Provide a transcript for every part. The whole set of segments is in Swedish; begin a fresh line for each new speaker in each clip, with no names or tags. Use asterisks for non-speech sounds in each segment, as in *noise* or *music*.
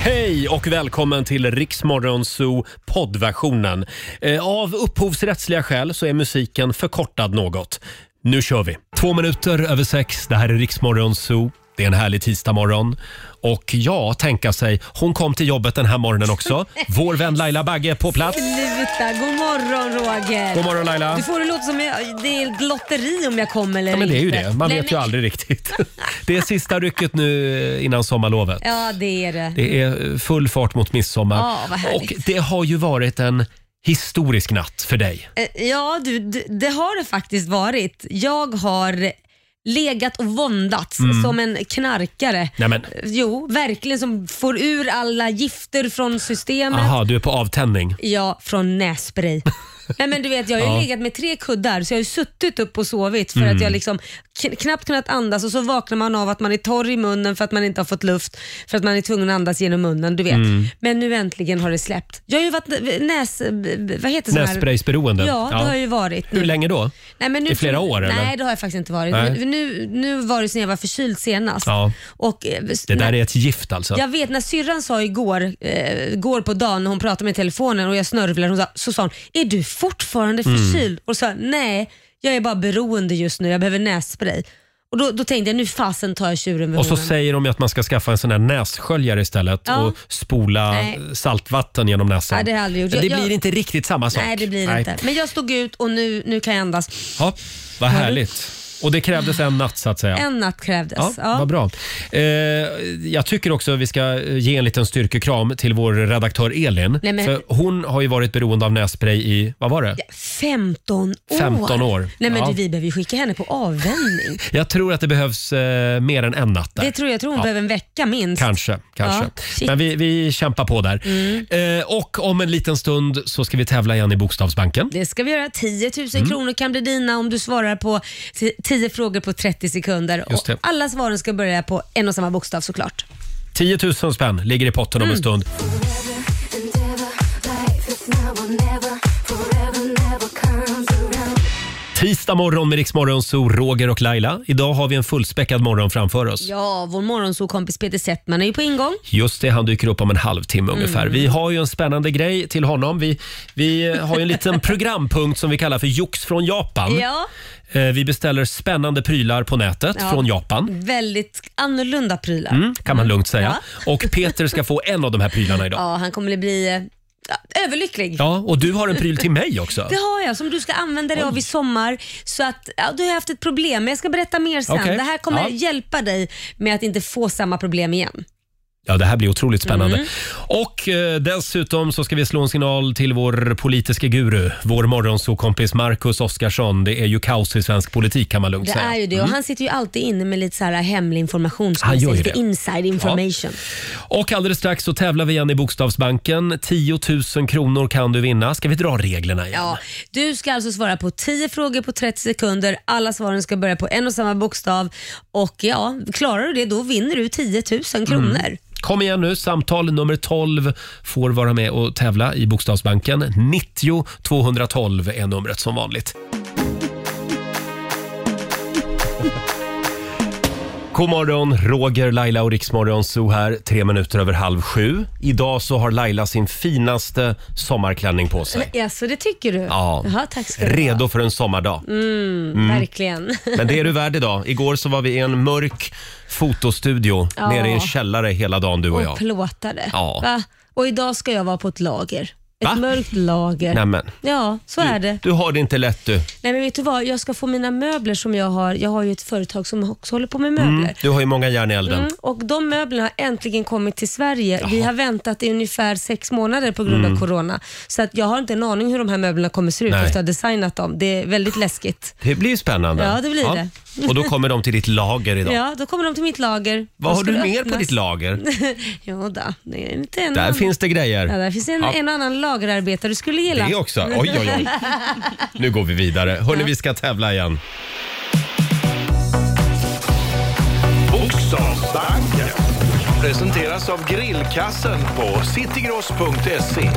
Hej och välkommen till Riksmorgon Zoo poddversionen. Eh, Av upphovsrättsliga skäl så är musiken förkortad något. Nu kör vi! Två minuter över sex, det här är Riksmorgon Zoo. Det är en härlig tisdagmorgon. Och ja, tänka sig, hon kom till jobbet den här morgonen
*laughs*
också. Vår vän Laila Bagge är på plats.
Sluta, god morgon Roger.
God morgon, Laila.
Du får det låta som jag, det är ett lotteri om jag kommer eller
Ja, men det är ju
inte.
det. Man
Nej,
vet ju
men-
aldrig
*laughs*
riktigt. Det är sista rycket nu eh, innan sommarlovet.
Ja det är det.
Det är full fart mot midsommar.
Ja, vad
och
härligt.
det har ju varit en historisk natt för dig.
Eh, Ja du, d- det har det faktiskt varit. Jag har legat och våndats som en knarkare.
Mm. Nej, men,
Jo, verkligen som får ur alla gifter från systemet.
aha, du är på avtändning.
Ja,
*laughs*
från nässpray. Nej, men du vet, jag har ju
Ja. Mm.
legat med tre kuddar så jag har ju suttit upp och sovit för att jag liksom kn- knappt kunnat andas och så vaknar man av att man är torr i munnen för att man inte har fått luft för att man är tvungen att andas genom munnen. Du vet.
Mm.
Men nu äntligen har det släppt. Jag har ju varit eh, näs... Vad heter sån här-
Nässpraysberoende.
Ja, det har jag ju varit.
Hur länge då?
Nej, men nu,
I flera år,
Nej,
eller?
det har jag faktiskt inte varit.
Nej.
Nu, nu var det sen jag var förkyld senast.
Ja.
Och, eh,
Det
när-
där är ett gift alltså.
jag vet när syrran sa igår, eh, går på dagen när hon pratade med telefonen och jag snörvlade, hon sa, så sa hon, är du fortfarande
Mm.
förkyld? Och sa jag, nej, jag är bara beroende just nu, jag behöver nässpray. Och då, då tänkte jag, nu fasen tar jag tjuren vid
Och så
hornen.
säger de ju att man ska skaffa en sån här nässköljare istället
Ja.
och spola
Nej.
saltvatten genom näsan.
Nej, det har jag aldrig gjort.
Det
Jag-
blir
jag-
inte riktigt samma sak.
Nej det blir det inte. Men jag stod ut och nu, nu kan jag andas.
Ja, vad
Har du-
härligt. Och det krävdes en natt så att säga.
En natt krävdes.
Ja, Vad bra. Eh, jag tycker också att vi ska eh, ge en liten styrkekram till vår redaktör Elin.
Nej, men-
För hon har ju varit beroende av nässpray i, vad var det?
15 år.
15 år.
Nej, men
Ja.
du, vi behöver ju skicka henne på avvänjning.
*laughs* Jag tror att det behövs eh, mer än en natt där.
Det tror jag, jag tror hon
Ja.
behöver en vecka minst.
Kanske, kanske.
Ja, shit.
Men
Mm.
vi, vi kämpar på där. Eh, och om en liten stund så ska vi tävla igen i Bokstavsbanken.
Det ska vi göra. 10 000
Mm.
kronor kan bli dina om du svarar på t- 10 frågor på 30 sekunder.
Just det.
Och alla svaren ska börja på en och samma bokstav såklart.
10 000 spänn ligger i potten
Mm.
om en stund. Tisdag morgon med Riksmorgon, så Roger och Laila. Idag har vi en fullspäckad morgon framför oss.
Ja, vår morgonsåkompis Peter Settman är ju på ingång.
Just det, han dyker upp om en
Mm.
halvtimme ungefär. Vi har ju en spännande grej till honom. Vi, vi har ju en liten
*laughs*
programpunkt som vi kallar för Jox från Japan.
Ja,
Eh, Vi beställer spännande prylar på nätet
Ja.
från Japan.
väldigt annorlunda prylar.
Kan man lugnt säga. Och Peter ska få en av de här prylarna idag.
Ja, han kommer bli eh, ja, överlycklig.
Ja, och du har en pryl till mig också.
Det har jag som du ska använda dig av i sommar. Så att, ja, du har haft ett problem, men jag ska berätta mer sen.
Okej.
Det här kommer
Ja.
hjälpa dig med att inte få samma problem igen.
Ja, det här blir otroligt spännande.
Mm.
Och eh, dessutom så ska vi slå en signal till vår politiska guru, vår morgonsokompis Marcus Oskarsson. Det är ju kaos i svensk politik kan man lugnt
Det
säga. Mm.
är ju det och han sitter ju alltid inne med lite så här hemlig information, som
Han
man
gör
säger,
ju
lite
det.
inside information.
Och alldeles strax så tävlar vi igen i Bokstavsbanken. 10 000 kronor kan du vinna. Ska vi dra reglerna igen?
Ja, du ska alltså svara på 10 frågor på 30 sekunder. Alla svaren ska börja på en och samma bokstav. Och ja, klarar du det då vinner du 10 000
Mm.
kronor.
Kom igen nu, samtal nummer 12 får vara med och tävla i Bokstavsbanken. 90 212 är numret som vanligt. *laughs* God morgon, Roger, Laila och Riksmorgon Zoo här, tre minuter över halv sju. Idag så har Laila sin finaste sommarklänning på sig.
Ja, så det tycker du?
Ja,
Jaha, tack ska du
redo för en sommardag.
ha. Verkligen.
Men det är du värd idag. Igår så var vi i en mörk fotostudio
Ja.
nere i en källare hela dagen du *laughs* och
Och
jag.
plåtade.
Ja.
Va? Och idag ska jag vara på ett lager. Ett
Va? Mm.
mörkt lager.
Nämen,
Ja, så är det.
du har det inte lätt du.
Nej men vet du vad, jag ska få mina möbler som jag har. Jag har ju ett företag som också håller på med möbler.
Du har ju många järn i elden.
Mm, och de möblerna har äntligen kommit till Sverige. Vi har väntat i ungefär sex månader på grund av corona. Så att jag har inte en aning hur de här möblerna kommer se ut
Mm. Nej.
efter att ha designat dem. Det är väldigt läskigt.
Det blir ju spännande.
Ja, det blir
Och då kommer de till ditt lager idag.
Ja, då kommer de till mitt lager.
Vad
De
har du
skulle
mer på
öppnas.
ditt lager?
*laughs* jo, då. det är inte en
Där
annan.
finns det grejer.
Mm. Ja, där finns en,
Ja.
en annan lagerarbetare du skulle gilla.
Det också? Oj, oj,
*laughs*
oj. Nu går vi vidare. Hörni, vi ska tävla igen.
Bokstavsbanken presenteras av grillkassen på citygross.se.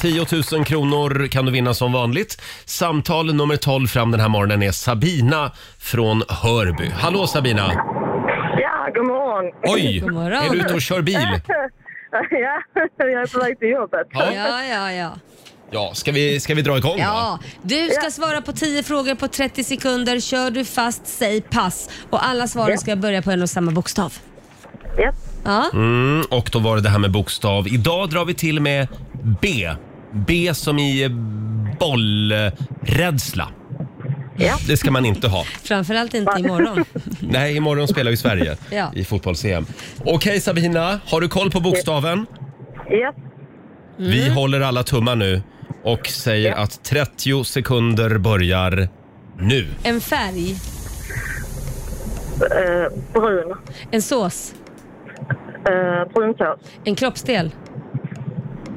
10 000 kronor kan du vinna som vanligt. Samtal nummer 12 fram den här morgonen är Sabina från Hörby. Hallå Sabina!
Ja, god morgon. morgon.
Oj!
God morgon.
Är du ute och kör bil?
*laughs* ja, jag är på väg till jobbet.
Ja.
Ja, ja, ja.
Ja, ska vi, ska vi dra igång då?
ja. Du ska svara på 10 frågor på 30 sekunder. Kör du fast, säg pass. Och alla svaren ska börja på en och samma bokstav.
Ja.
Ja.
Mm, och då var det det här med bokstav. Idag drar vi till med B. B som i eh, bollrädsla.
Ja.
Det ska man inte ha.
Framförallt inte
*laughs*
imorgon.
Nej, imorgon spelar ju Sverige
*laughs* Ja.
i fotbolls-EM. Okej Sabina, har du koll på bokstaven?
Ja.
Vi
Mm.
håller alla tummar nu och säger att 30 sekunder börjar nu.
En färg,
Eh, brun.
en sås,
Eh, brunsås.
en kroppsdel,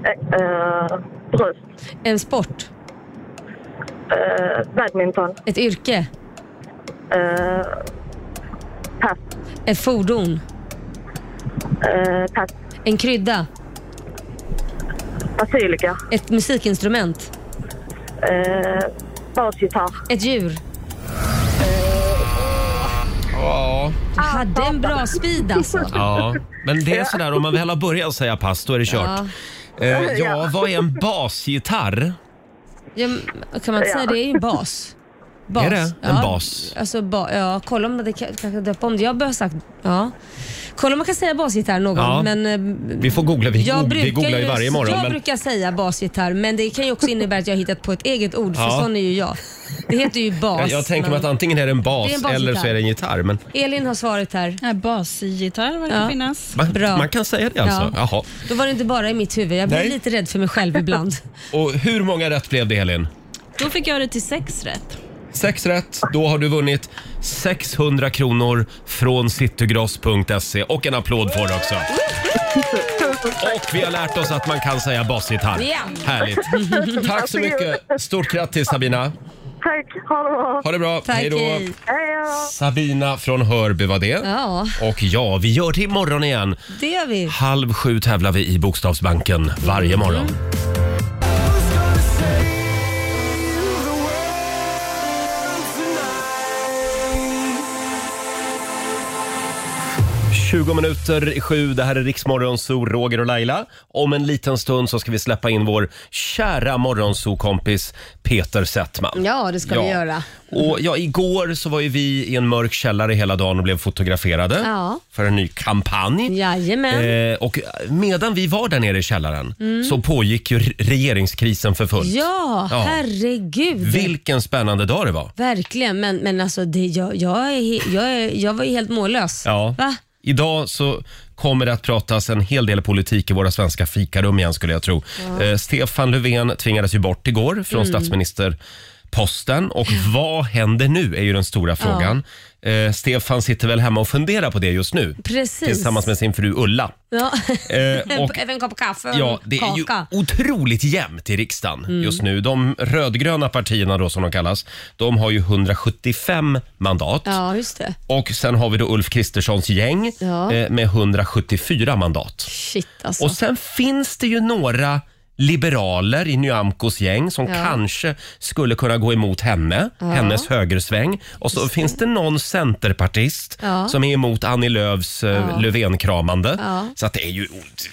Eh, eh, bröst.
en sport,
Eh, badminton.
ett yrke,
Eh, pass.
ett fordon,
Eh, pass.
en krydda,
Basilika.
ett musikinstrument,
Eh, basgitarr.
ett djur.
Ja.
Du hade en bra speed alltså.
ja. Men det är sådär, om man väl har börjat säga pass, då är det kört.
Ja.
Ja, eh, ja vad är en basgitarr?
Ja, men kan man inte säga det är ju en bas?
*laughs*
bas.
Är det? En
ja.
bas?
Alltså, ba, ja, kolla om det kan- kanske döpa om det. Jag bör ha sagt, ja. Kolla om man kan säga basgitarr någon,
Ja.
men... eh,
Vi får googla, vi,
Jag
goog- vi
brukar,
googlar
ju,
ju varje morgon.
jag
men...
brukar säga basgitarr, men det kan ju också innebära att jag har hittat på ett eget ord,
Ja.
för sån är ju jag. Det heter ju bas.
Jag, jag tänker mig
men-
att antingen är det en bas
Det är en basgitarr.
eller så är det en gitarr. Men
Elin har svaret här.
Nej, Basgitarr verkar
Ja.
finnas.
man,
Bra.
man kan säga det alltså.
Ja.
Jaha.
Då var det inte bara i mitt huvud. Jag blir
Nej.
lite rädd för mig
*laughs*
själv ibland.
Och hur många rätt blev det Elin?
Då fick jag det till sex rätt.
Sex rätt. Då har du vunnit 600 kronor från citygross.se och en applåd får du också. Och vi har lärt oss att man kan säga basgitarr.
Ja.
Härligt. Tack så mycket. Stort grattis Sabina.
Tack. Ha det bra.
Ha det bra.
Tack,
Hej då.
hej.
Hej då.
Sabina från Hörby var det.
Ja,
Och ja, vi gör det imorgon igen.
det gör vi.
Halv sju tävlar vi i Bokstavsbanken varje morgon. ...20 minuter i sju. Det här är Riksmorgonzoo, Roger och Laila. Om en liten stund så ska vi släppa in vår kära morgonzoo-kompis Peter Settman.
Ja, det ska vi göra.
Och ja, igår så var ju vi i en mörk källare hela dagen och blev fotograferade
Ja.
för en ny kampanj.
Jajamän.
Eh, och medan vi var där nere i källaren så pågick ju re- regeringskrisen för fullt.
Mm. Ja,
Ja.
herregud.
Vilken spännande dag det var.
Verkligen, men, men alltså det, jag, jag, är, he- jag, är, jag var ju helt mållös.
Ja.
Va?
Idag så kommer det att pratas en hel del politik i våra svenska fikarum igen skulle jag tro. Eh, Stefan Löfven tvingades ju bort igår från
Mm.
statsministerposten och vad händer nu är ju den stora frågan. Eh, Stefan sitter väl hemma och funderar på det just nu
Precis.
tillsammans med sin fru Ulla.
Ja. *laughs*
Eh, och
Även en kopp kaffe och
Ja, det är ju
kaka. Mm.
otroligt jämnt i riksdagen just nu. De rödgröna partierna då som de kallas, de har ju 175 mandat.
Ja, just det.
Och sen har vi då Ulf Kristerssons gäng
Ja.
eh, med 174 mandat.
Shit alltså.
Och sen finns det ju några liberaler i Nyamkos gäng som kanske skulle kunna gå emot henne, hennes högersväng. Och så finns det någon centerpartist
Ja.
som är emot Annie Lööfs eh, Löfvenkramande.
Ja.
Så att det, är ju, det,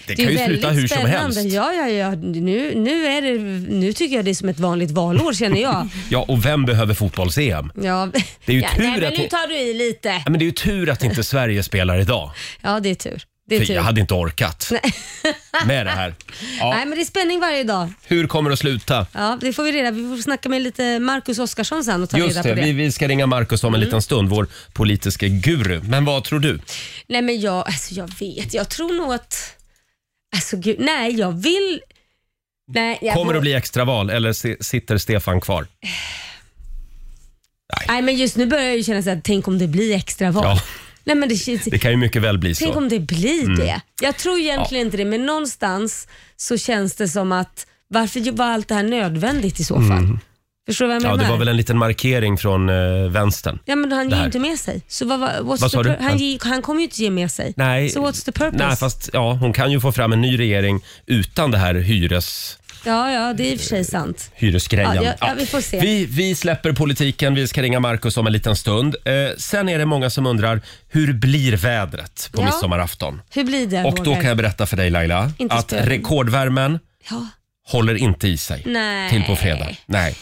Det är
kan ju
väldigt
sluta hur som
spännande.
helst.
Ja, ja, ja. Nu, nu, är det, nu tycker jag det är som ett vanligt valår
*laughs*
känner jag.
Ja, och vem behöver fotbolls-EM?
Ja.
Det är ju
ja,
tur
nej, men
att
nu
ni-
tar du i lite.
Ja, Men det är ju tur att inte Sverige spelar idag.
Ja, det är tur. Det är
För
tur.
jag hade inte orkat med det här. Ja,
Nej, men det är spänning varje dag.
hur kommer det att sluta?
Ja, det får vi reda Vi får snacka med lite Marcus Oskarsson sen och ta reda
Just
på
det,
det.
vi, vi ska ringa Markus om en liten stund, vår politiska guru. Men vad tror du?
Nej men jag, alltså jag vet, jag tror nog att... Alltså gud, nej jag vill... Nej, jag
Kommer det att bli extraval eller si- sitter Stefan kvar?
Nej men just nu börjar jag ju känna så här, tänk om det blir extra val.
Ja.
Nej men det känns...
Det kan ju mycket väl bli
Tänk
så. Mm.
om det blir det. Jag tror egentligen inte det, men någonstans så känns det som att varför var allt det här nödvändigt i så fall? Förstår du vad
Mm.
jag
Ja,
menar?
det var väl en liten markering från eh, vänstern.
Ja, men han
det
ger ju
här.
inte med sig. Så vad, vad, what's
Vad sa du?
the pur- Han, ge, han kommer ju inte ge med sig.
Nej.
Så what's the purpose?
Nej, fast ja, hon kan ju få fram en ny regering utan det här hyres...
Ja, ja, det är i och för sig sant.
hyresgrejen.
Ja, ja, ja, vi får se.
Vi, vi släpper politiken. Vi ska ringa Markus om en liten stund. Eh, sen är det många som undrar hur blir vädret på
Ja.
midsommarafton?
Hur blir det,
Och då
Roger?
kan jag berätta för dig Laila
Inte
att
spöregn.
rekordvärmen
Ja,
håller inte i sig
Nej.
till på fredag. Nej.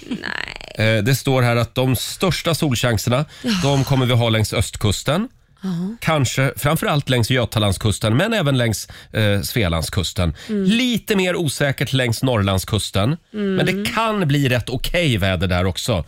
nej.
Eh, det står här att de största solchanserna de kommer vi ha längs östkusten. Kanske framförallt längs Götalandskusten, men även längs eh, Svealandskusten.
Mm.
Lite mer osäkert längs Norrlandskusten, men det kan bli rätt okej väder där också, eh,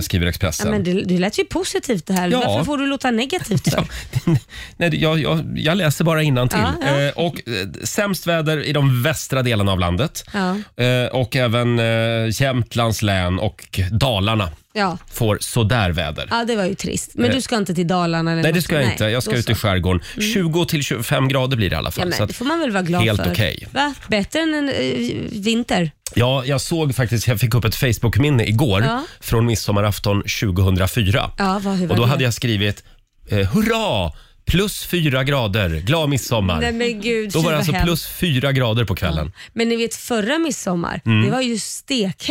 skriver
Mm. Ja,
Expressen.
men det, det lät ju positivt det här.
Ja.
Varför får du låta negativt för?
*laughs* Ja, nej, jag, jag, jag läser bara innantill.
Ja, ja.
Eh, och, eh, sämst väder i de västra delarna av landet.
Ja.
Eh, och även eh, Jämtlands län och Dalarna
Ja.
får sådär väder.
ja, det var ju trist. Men du ska inte till Dalarna eller
Eh. Nej,
något
det ska jag
sånt?
inte. Jag ska
då
ut i
så. Mm.
skärgården. 20 till 25 grader blir det i alla
Ja,
fall. så
men,
att-
det får man väl vara glad
helt
för.
okej.
Va? Bättre än en eh, vinter?
Ja, jag såg faktiskt, jag fick upp ett Facebook-minne igår
Ja.
från midsommarafton 2004.
Ja, vad, hur var
Och då
det?
hade jag skrivit eh, hurra! Plus fyra grader, glad midsommar.
Nej men gud,
då
fy,
var det
vad
alltså
hemskt.
plus fyra grader på kvällen.
Men ni vet förra midsommar, det var ju stekhett.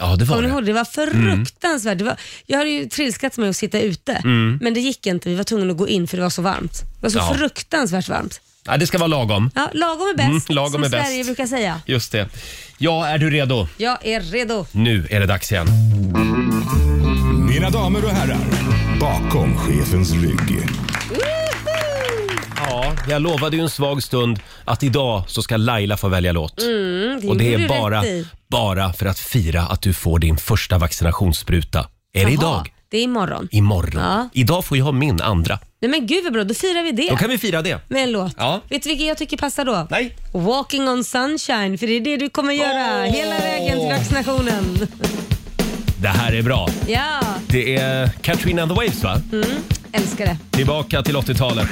Mm. Ja, det var
Kommer ni
det.
ihåg det? Det var fruktansvärt. Det var, jag hade ju trilskat mig att sitta ute, men det gick inte. Vi var tvungna att gå in för det var så varmt. Det var så
Mm. Ja.
fruktansvärt varmt.
Ja, det ska vara lagom.
Ja, lagom är bäst,
Mm, lagom
som
är bäst.
Sverige brukar säga.
Just det. Ja, är du redo?
Jag är redo.
Nu är det dags igen.
Mina damer och herrar, bakom chefens rygg.
Ja, jag lovade ju en svag stund att idag så ska Laila få välja låt. Och det
gjorde
är
Mm, du
bara,
rätt i.
bara för att fira att du får din första vaccinationsspruta. Är det
Jaha,
idag?
Det är imorgon.
Imorgon.
Ja.
Idag får jag min andra.
Nej men gud vad bra, då firar vi det
Då kan vi fira det.
med en låt.
Ja.
Vet du vilken jag tycker passar då?
Nej.
Walking on sunshine, för det är det du kommer göra
Åh.
hela vägen till vaccinationen.
Det här är bra.
Ja,
Det är Katrina and the Waves va?
Mm. älskar det.
Tillbaka till 80-talet.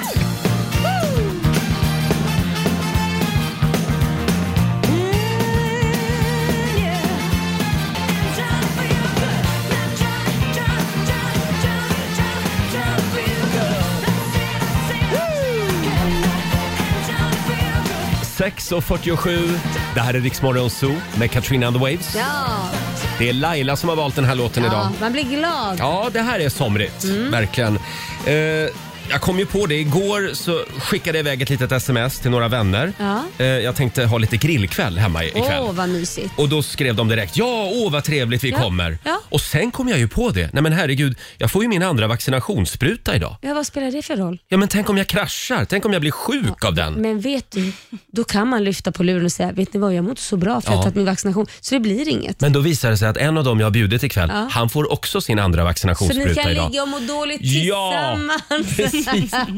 Woo!
6.47. Det här är Riksmorgon Zoo med Katrina and the Waves.
Ja,
Det är Laila som har valt den här låten idag.
ja Mm. man blir glad.
Ja, det här är somrigt. Verkligen. Eh, jag kom ju på det. Igår så skickade jag iväg ett litet sms till några vänner.
Ja.
Eh, jag tänkte ha lite grillkväll hemma i-
Åh,
ikväll.
vad mysigt.
Och då skrev de direkt ja, åh vad trevligt vi
Ja,
kommer.
ja.
Och sen kom jag ju på det. Nej men herregud, jag får ju min andra vaccinationsspruta idag.
Ja, vad spelar det för roll?
Ja men tänk om jag kraschar? Tänk om jag blir sjuk av den?
Men vet du, då kan man lyfta på luren och säga, vet ni vad, jag mår inte så bra för att
Ja.
jag har tagit min vaccination, så det blir inget.
Men då visar det sig att en av dem jag har bjudit ikväll,
Ja.
han får också sin andra
så ni
vaccinationsspruta
kan
idag.
ligga och må dåligt
Ja, *laughs*
tillsammans.
precis.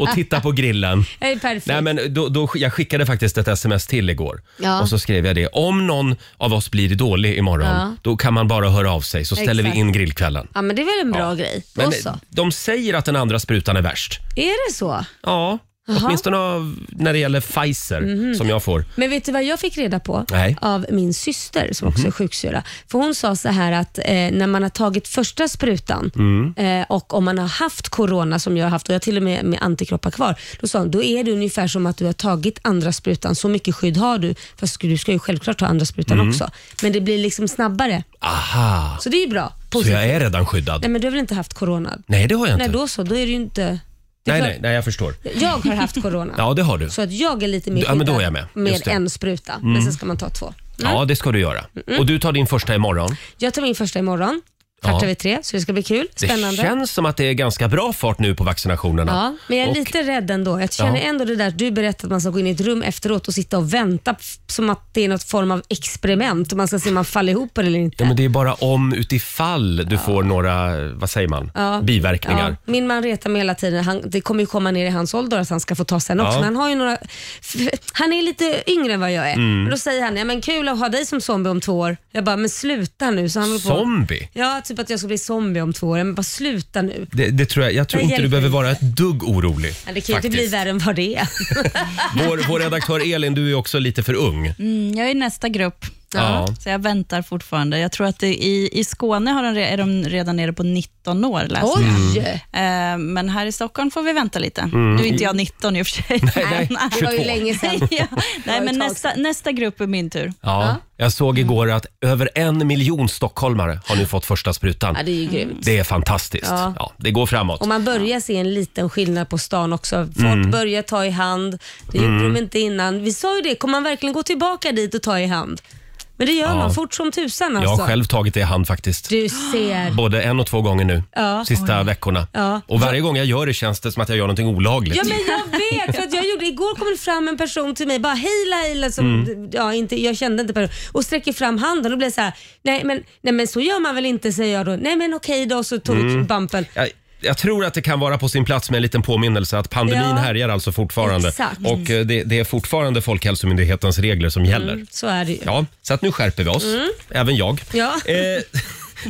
Och titta på grillen.
Det är perfekt.
Nej, men då, då, jag skickade faktiskt ett sms till igår
Ja.
och så skrev jag det. Om någon av oss blir dålig imorgon,
Ja.
då kan man bara höra av sig så ställer
Exakt.
vi in grillkvällen.
Ja, men det är väl en bra grej. Då
Men
så.
de säger att den andra sprutan är värst.
Är det så?
Ja,
Jaha. Mhm.
åtminstone av, när det gäller Pfizer som jag får.
Men vet du vad jag fick reda på
Nej. Mhm.
av min syster som också är sjuksyra? För hon sa så här att eh, när man har tagit första sprutan
Mm.
eh, och om man har haft corona som jag har haft och jag har till och med med antikroppar kvar, då sa hon då är det ungefär som att du har tagit andra sprutan. Så mycket skydd har du, fast du ska ju självklart ta andra sprutan
Mm.
också. Men det blir liksom snabbare.
Aha,
Så det är ju bra.
så
Positivt.
jag är redan skyddad.
Nej men du har väl inte haft corona?
Nej, det har jag inte.
Nej då så, då är det ju inte... det är
nej,
klart-
nej, nej, jag förstår.
Jag har haft corona.
*laughs* Ja, det har du.
Så att jag är lite mer
Ja, men då är
skyddad
jag med. Just det.
med
Mm.
en spruta, men sen ska man ta två.
Ja, det ska du göra. Och du tar din första imorgon.
Jag tar min första imorgon, kvart
Ja.
över tre, så det ska bli kul.
Det
Spännande.
känns som att det är ganska bra fart nu på vaccinationerna.
Ja, men jag är
Och-
lite rädd ändå. Jag känner
Ja.
ändå det där att du berättade att man ska gå in i ett rum efteråt och sitta och vänta f- som att det är något form av experiment och man ska se om man faller ihop eller inte.
Ja, men det är bara om utifall du får några, vad säger man,
Ja.
biverkningar.
Ja, min man retar mig hela tiden. Han, det kommer ju komma ner i hans ålder att han ska få ta sen också.
Ja.
Men han, har ju några, han är lite yngre än vad jag är.
Mm.
Men då säger han, ja, men kul att ha dig som zombie om två år. Jag bara, men sluta nu. Så han håller på.
Zombie?
Ja, typ att jag ska bli zombie om två år. Men bara sluta nu.
Det, det tror jag, jag tror
Det
inte du
hjälper
behöver
inte.
vara ett dugg orolig.
Ja, det kan ju inte
faktiskt.
bli värre än vad det är. *laughs*
Vår, vår redaktör Elin, du är också lite för ung.
Mm, jag är i nästa grupp.
Ja.
Så jag väntar fortfarande. Jag tror att det, i, i Skåne har de, re- är de redan nere på 19 år. Läste
*laughs*
jag.
Mm.
Oj!
Eh, Men här i Stockholm får vi vänta lite. Nu är inte jag 19 i och för sig.
nej,
*laughs*
Det var ju
22.
länge sedan.
ja. Nej,
ett
men
tag
nästa, nästa grupp är min tur.
Ja, jag såg igår att över en miljon stockholmare har nu fått första sprutan.
Ja, det är ju grymt.
Det är fantastiskt. Ja.
Ja.
det går framåt.
Och man börjar se en liten skillnad på stan också. Folk
Mm.
börjar ta i hand. Det gjorde de inte innan. Vi sa ju det, kommer man verkligen gå tillbaka dit och ta i hand? Men det gör man fort som tusan
Jag
alltså.
har själv tagit det i hand faktiskt.
Du ser.
Både en och två gånger nu,
Ja.
sista veckorna.
Ja.
Och varje gång jag gör det känns det som att jag gör någonting olagligt.
Ja men jag vet för att jag gjorde, igår kom det fram en person till mig bara hej Laila som,
Mm.
ja, inte, jag kände inte personen och sträcker fram handen och blir så här, nej men, nej men så gör man väl inte säger jag då. Nej men okej då så tog
Mm.
bumpen.
Jag, jag tror att det kan vara på sin plats med en liten påminnelse att pandemin
Ja.
härjar alltså fortfarande.
Exakt.
Och eh, det, det är fortfarande Folkhälsomyndighetens regler som gäller.
Så är det ju.
Ja, så att nu skärper vi oss. Även jag.
Mm. Ja.
*laughs* Eh,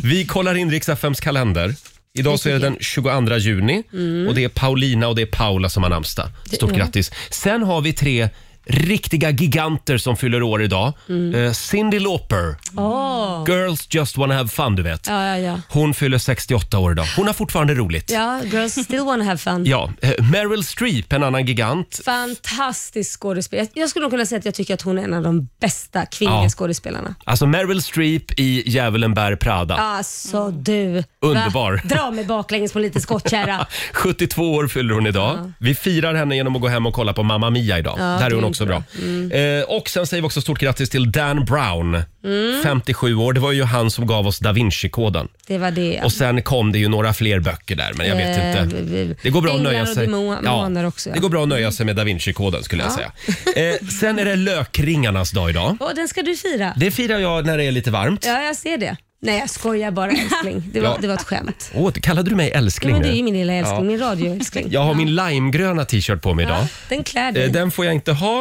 vi kollar in riks kalender. Idag så är det den 22 juni
Mm.
och det är Paulina och det är Paula som har namnsdag. Stort grattis. Sen har vi tre riktiga giganter som fyller år idag.
Mm.
Eh, Cyndi Lauper,
Åh.
Girls Just Wanna Have Fun, du vet.
Ja, ja, ja.
Hon fyller 68 år idag. Hon har fortfarande roligt.
Ja, girls still wanna have fun.
Ja, eh, Meryl Streep, en annan gigant.
Fantastisk skådespelare. Jag skulle nog kunna säga att jag tycker att hon är en av de bästa kvinnliga
Ja.
skådespelarna.
Alltså Meryl Streep i Djävulen bär Prada.
Alltså du. va?
Underbar.
Dra mig baklänges på en
*laughs*
liten skottkärra.
72 år fyller hon idag. Vi firar henne genom att gå hem och kolla på Mamma Mia idag. Där är
det
hon
är
också bra.
bra. Mm.
Eh, och sen säger vi också stort grattis till Dan Brown.
Mm.
57 år. Det var ju han som gav oss Da Vinci-koden.
Det var det.
Och sen kom det ju några fler böcker där, men jag vet
Eh,
inte.
v- v-
Det går bra att
Änglar
nöja
och
sig.
demon- demoner också, ja.
Det går bra att nöja sig med Da Vinci-koden skulle jag säga. Eh, sen är det lökringarnas dag idag.
Åh, den ska du fira.
Det firar jag när det är lite varmt.
Ja, jag ser det. Nej, jag skojar bara älskling. Det var, det var ett skämt.
Åh, kallade du mig älskling
Men det är ju
nu?
min lilla älskling,
Ja.
min radioälskling.
Jag har min limegröna t-shirt på mig idag.
Ja, den klär dig.
Eh, Den får jag inte ha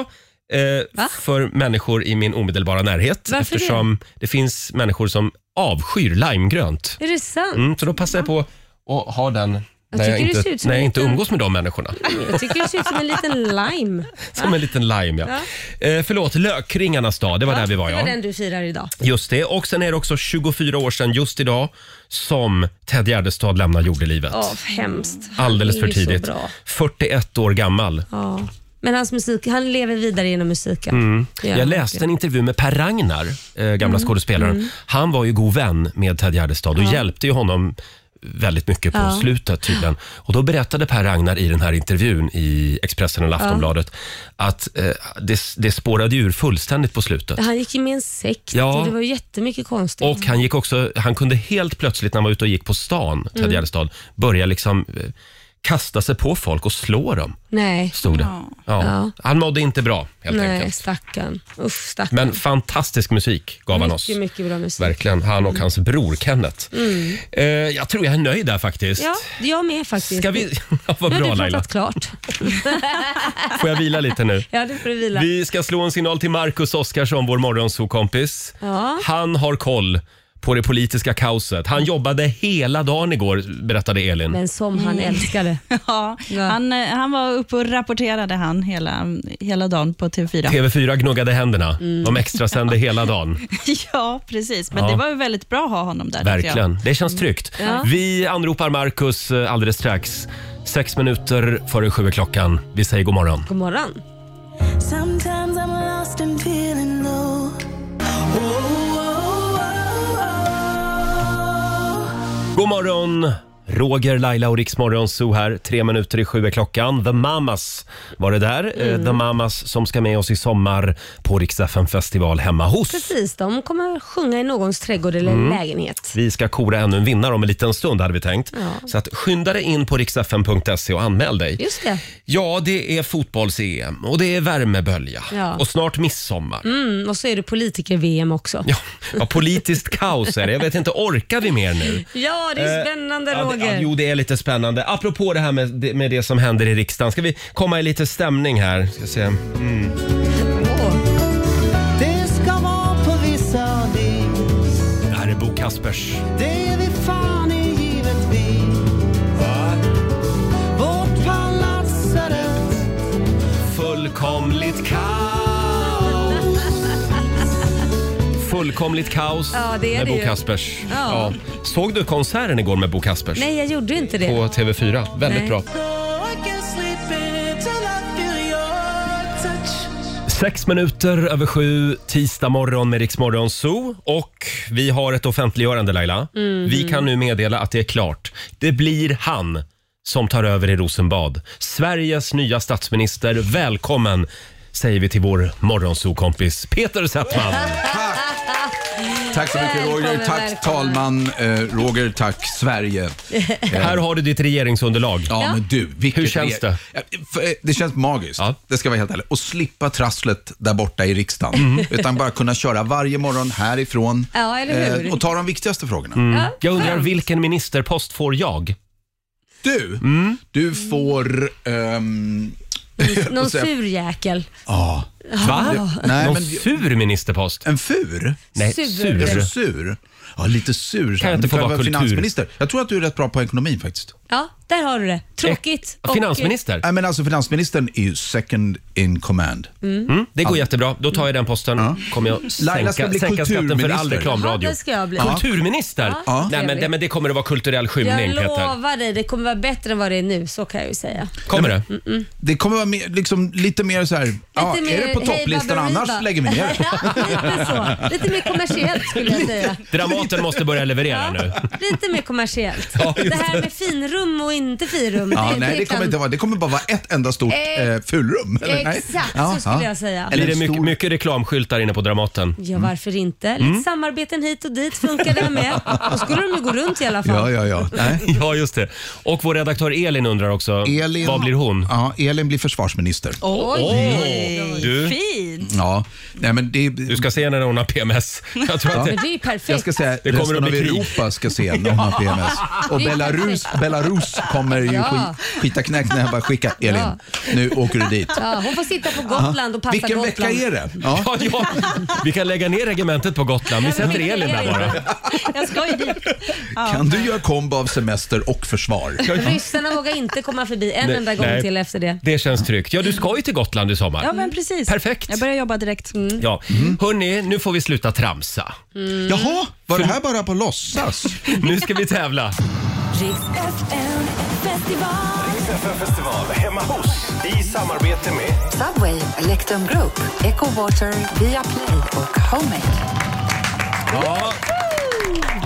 eh,
Va?
för människor i min omedelbara närhet
Varför det?
eftersom det? finns människor som avskyr limegrönt.
Är det sant?
Mm, så då passar jag på att ha den när jag,
tycker det
inte,
ser ut som
när jag
en
inte
liten-
umgås med de
*laughs*
människorna.
Jag tycker det ser ut som en liten lime.
Som en liten lime, ja. Eh, förlåt, lökringarnas dag, det var där vi var,
det
ja.
var den du firar idag.
Just det. Och sen är det också 24 år sedan just idag som Ted Gärdestad lämnar jordelivet.
Åh, hemskt. Han
Alldeles
är
för
ju så
tidigt.
bra.
41 år gammal.
Ja. Men hans musik, han lever vidare genom musiken. Det gör
Mm. Jag
han
läste
verkligen.
en intervju med Per Ragnar, eh, gamla skådespelaren. Han var ju god vän med Ted Gärdestad och hjälpte ju honom väldigt mycket på slutet tydligen. Och då berättade Per Ragnar i den här intervjun i Expressen eller Aftonbladet att eh, det, det spårade ur fullständigt på slutet.
Han gick ju med en sekt
Ja.
och det var ju jättemycket konstigt.
Och han gick också, han kunde helt plötsligt när han var ute och gick på stan, Ted Gärdestad, börja liksom eh, kasta sig på folk och slå dem,
Nej,
stod det. Ja. Han mådde inte bra helt
nej
enkelt.
stackarn. Usch stackarn.
Men fantastisk musik gav han oss.
mycket, mycket bra musik.
Verkligen. Han och hans bror Kenneth. Eh, jag tror jag är nöjd där faktiskt.
Mm. Ja, jag med faktiskt.
Ska vi... *laughs* Ja, vad
Nu har
bra
*laughs* du
Laila. *laughs*
pratat klart.
Får jag vila lite nu?
*laughs* Ja, det får du vila.
Vi ska slå en signal till Marcus Oskarsson, vår morgonsokompis.
Ja.
Han har koll på det politiska kaoset. Han jobbade hela dagen igår, berättade Elin.
Men som han
Mm.
älskade.
Ja,
Ja.
Han, eh, han var uppe och rapporterade han hela, hela dagen på TV4.
TV4 gnuggade händerna.
Mm.
De extra sände hela dagen.
*laughs*
*laughs*
ja, precis. Men
Ja.
det var ju väldigt bra att ha honom där. tycker jag.
Verkligen. Det känns tryggt. Vi anropar Marcus eh, alldeles strax. Sex minuter före sju är klockan. Vi säger god morgon. *laughs*
God morgon.
Sometimes I'm lost and feeling low. Oh,
God morgon! Roger, Laila och Riksmorgon Zoo här. Tre minuter i sju är klockan. The Mamas var det där.
Mm.
Eh, The Mamas som ska med oss i sommar på Rix FM festival hemma hos.
Precis, de kommer sjunga i någons trädgård eller
Mm.
lägenhet.
Vi ska kora ännu en vinnare om en liten stund hade vi tänkt. Så att skynda dig in på riksfn.se och anmäl dig.
Just det.
Ja, det är fotbolls-EM och det är värmebölja
Ja.
och snart midsommar.
Mm, och så är det politiker-VM också.
Ja, ja, politiskt kaos är det. Jag vet inte, orkar vi mer nu?
Ja, det är
Eh,
spännande
Ja, det,
Roger.
ja, jo, det är lite spännande. Apropå det här med det, med det som händer i riksdagen. Ska vi komma i lite stämning här? Ska se. Mm.
Åh,
Det ska vara på vissa vis.
Det här är Bo Kaspers.
Det är vi fan i givetvis. Vårt palatssarett.
*laughs*
Fullkomligt kaos. fullkomligt kaos
Ja, det är
med
det
Bo
ju.
Kaspers.
Ja.
Såg du konserten igår med Bo Kaspers?
Nej, jag gjorde inte det.
På TV4. Väldigt
Nej.
bra. Sex minuter över sju, tisdag morgon med Riksmorgon Zoo. Och vi har ett offentliggörande Laila.
Mm.
Vi kan nu meddela att det är klart. Det blir han som tar över i Rosenbad. Sveriges nya statsminister. Välkommen säger vi till vår morgonzoo-kompis Peter
*laughs*
Settman.
Tack så mycket Roger.
Välkommen,
Tack
välkommen.
talman. Eh, Roger, tack
*laughs*
Sverige.
Här har du ditt regeringsunderlag.
Ja, men du. Vilket
Hur känns
reg-
det?
Ja, för, eh, Det känns magiskt.
Ja.
Det ska vara helt ärligt. Och slippa trasslet där borta i riksdagen.
Mhm.
*laughs* Utan bara kunna köra varje morgon härifrån.
Ja, eller hur?
eh, Och ta de viktigaste frågorna.
*laughs*
Ja,
Jag undrar
skönt.
vilken ministerpost får jag?
Du,
Mm.
du får... ehm,
Någon
och säga-
sur jäkel.
Ja.
Va?
Nej,
Någon
men-
sur ministerpost?
En fur?
Nej,
Sur.
Är du
sur.
sur? Ja, lite sur.
Kan jag inte
Du
få vara
vara
kultur?
finansminister. Jag tror att du är rätt bra på ekonomin faktiskt.
Ja, där har du det. Tråkigt.
Eh, Finansminister?
Nej, men alltså finansministern är ju second in command.
Mm, det går jättebra. Då tar jag den posten. Kommer jag sänka,
Laila ska bli
sänka skatten för all
kulturminister.
Jaha,
reklamradio.
det ska jag bli.
Kulturminister?
Ja,
Nej, men,
trevligt.
nej, men det kommer att vara kulturell
Jag
skymning, Peter.
lovar dig, det kommer vara bättre än vad det är nu. Så kan jag ju säga.
Kommer det?
Det kommer vara mer, liksom, lite mer så här, ja,
Lite
är
mer
det på
Hey
topplistan
Baberiba.
annars
*laughs*
lägger vi ner det.
Ja, lite så. Lite mer kommersiellt skulle jag säga.
Dramaten måste börja leverera nu.
Lite mer kommersiellt.
Ja, just
det här med finrum och inte finrum.
Ja,
det,
nej,
kan-
det kommer inte vara. Det kommer bara vara ett enda stort
Eh,
eh, fulrum. eller? Nej.
Exakt,
Ja,
så skulle
ja.
jag säga.
Blir det
en
mycket,
stor-
mycket reklamskyltar inne på Dramaten? *laughs*
Ja, varför
Mm.
inte? Lite samarbeten hit och dit funkar det här med. Då skulle de ju gå runt i alla fall.
Ja, ja, ja. Nej.
Ja, just det. Och vår redaktör Elin undrar också,
Elin,
vad blir hon?
Ja, Elin blir försvarsminister.
Oj,
Oj. Du?
Eh, fint.
Ja, nej, men det,
Du ska se henne när hon har PMS. Jag tror att
Men
det,
det är ju perfekt.
jag ska säga,
Det kommer
resten
att
av
bli krig.
Europa ska se när hon har PMS. Och
Det är
Belarus,
perfekt.
Belarus kommer ju
Ja.
sk- skita knäck när jag bara skickar Elin,
Ja.
nu åker du dit.
Ja, hon får sitta på Gotland och passa
Vilken
Gotland.
vecka är det? Ja.
ja, ja. Vi kan lägga ner regementet på Gotland. Vi sätter Elin där bara.
Jag ska ju dit.
Kan du göra kombo av semester och försvar?
Mm. *laughs* Ryssarna vågar inte komma förbi en
Nej,
enda gång
nej.
till efter det.
Det känns tryggt. Ja, du ska ju till Gotland i sommar.
Ja, men precis.
Perfekt. Mm.
Jag börjar jobba direkt.
Ja. Hörni, nu får vi sluta tramsa.
Jaha, var det här bara på låtsas?
Nu ska vi tävla.
Riks FM festival.
festival hemma hos i samarbete med
Subway, Electrum Group, Echo Water, Viaplay och Homemade.
Ja.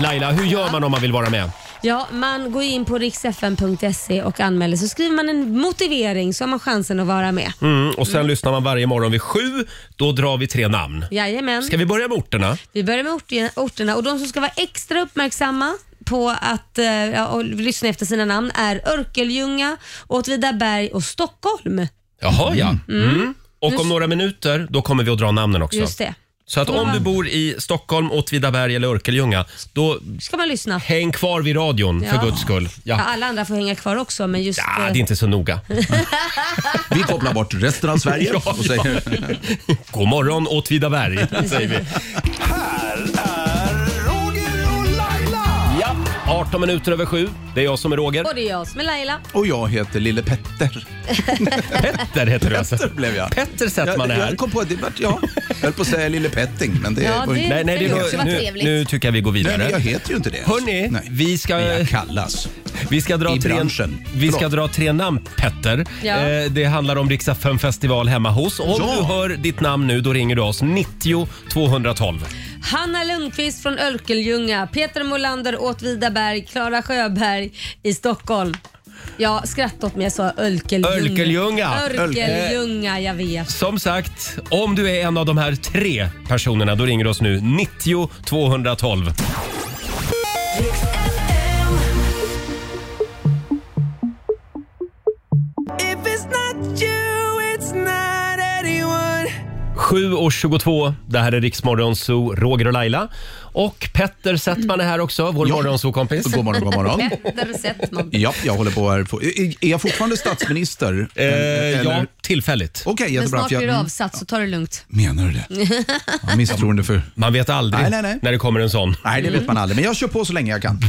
Laila, hur gör man om man vill vara med?
Ja, man går in på riksfn.se och anmäler så skriver man en motivering så har man chansen att vara med.
Mm, och sen lyssnar man varje morgon vid sju. Då drar vi tre namn.
Jajamän.
Ska vi börja med orterna?
Vi börjar med orti- orterna och de som ska vara extra uppmärksamma på att eh, ja, och lyssna efter sina namn är Örkelljunga, Åtvidaberg och Stockholm.
Jaha, ja. Mm. Och om några minuter, då kommer vi att dra namnen också.
Just det.
Så att om du bor i Stockholm, Åtvidaberg eller Örkelljunga, då
ska man lyssna.
häng kvar vid radion för
Ja.
guds skull.
Ja,
Ja.
alla andra får hänga kvar också men just...
Ja,
eh,
det är inte så noga.
Vi kopplar bort resten
*laughs*
av Sverige och säger
God morgon Åtvidaberg, säger vi.
Här är Roger och Laila!
Ja, 18 minuter över sju. Det är jag som är Roger.
Och det är jag som är Laila.
och jag heter Lille Petter.
Petter heter du alltså.
Petter blev jag.
Petter Settman
Jag,
är här.
jag kom på det, vart- ja. jag höll på att säga Lille Petting, men det
Ja,
var ju...
det-
Nej,
Nej,
nej, det
Det
är
också
då,
var
nu,
trevligt.
nu tycker jag vi går vidare.
men jag heter ju inte det.
Hörni,
Nej.
vi ska...
Men jag kallas.
Vi ska, dra
I
tre,
branschen.
vi ska
Förlåt.
dra tre namn, Petter.
Ja.
Eh, det handlar om Riksa festival hemma hos. Om
Ja.
du hör ditt namn nu, då ringer du oss. 90 212.
Hanna Lundqvist från Örkelljunga, Peter Molander, Åtvidaberg, Klara Sjöberg i Stockholm. Ja, skratta åt mig, jag sa Örkelljunga.
Örkelljunga.
Örkelljunga, jag vet.
Som sagt, om du är en av de här tre personerna, då ringer du oss nu. 90 212.
If it's not you, it's not anyone.
7.22, det här är Riksmorgon Zoo, Roger och Laila. Och Petter Settman är här också, vår
Ja.
morgonzoo-kompis.
God morgon,
*laughs*
god morgon.
Petter Settman.
Ja, jag håller på här. På. Är är jag fortfarande statsminister?
Eh,
Eller- Oh.
ja, tillfälligt.
Okej,
Men
jättebra.
snart
för jag-
blir du avsatt så ta det lugnt.
Menar du det?
*laughs*
Ja, misstroende för...
Man vet aldrig
Nej, nej, nej.
när det kommer en sån.
Mm.
Nej, det vet man aldrig. Men jag kör på så länge jag kan.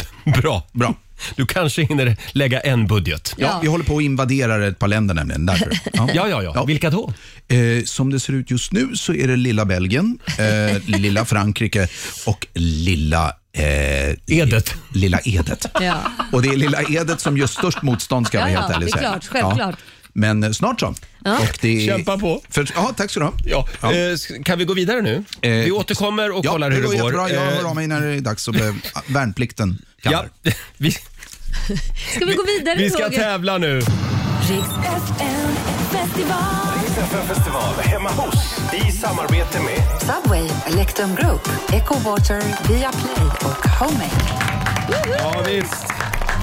Bra.
*laughs* Bra.
Du kanske hinner lägga en budget.
Ja,
Ja.
Vi håller på att invadera ett par länder
*laughs*
nämligen. Därför.
Ja, ja, ja. Vilka då?
Eh, som det ser ut just nu så är det lilla Belgien,
*laughs*
eh, lilla Frankrike och lilla eh,
Edet.
Lilla Edet.
*laughs* Ja.
Och det är lilla Edet som gör störst motstånd ska jag
Ja,
vara helt
ja,
ärlig
det är
säga.
klart, självklart.
Ja. Men eh, snart så. Och det är-
Kämpa på.
För, ja, tack så du ha.
Ja.
Ja.
eh, s- Kan vi gå vidare nu?
Eh,
vi återkommer och
Ja,
kollar hur det går.
jättebra. Jag
Eh,
hör av mig när det är dags. Och,
*laughs*
eh, värnplikten
ja, *laughs*
kallar.
vi,
Ska vi gå vidare
vi ska
Roger?
tävla nu.
Riks FM festival.
FN festival hemma hos i samarbete med
Subway, Electrum Group, Echo Water, Viaplay och Homemade.
Ja, visst.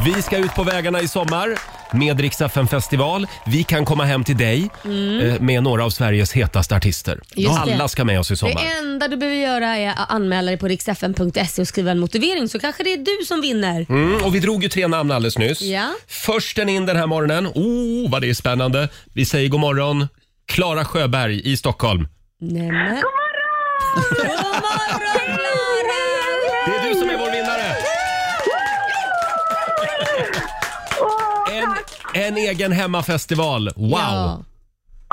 Vi ska ut på vägarna i sommar med Riksaffen festival. Vi kan komma hem till dig eh, med några av Sveriges hetaste artister.
Mm. Just det.
Alla ska med oss i sommar.
Det enda du behöver göra är att anmäla dig på riksfn.se och skriva en motivering så kanske det är du som vinner.
Mm, och vi drog ju tre namn alldeles nyss.
Ja.
Försten in den här morgonen. Oh, vad det är spännande. Vi säger god morgon. Klara Sjöberg i Stockholm.
Nämen. *laughs* God morgon Klara!
Det är du som är vår vinnare! En, en egen hemmafestival. Wow!
Ja.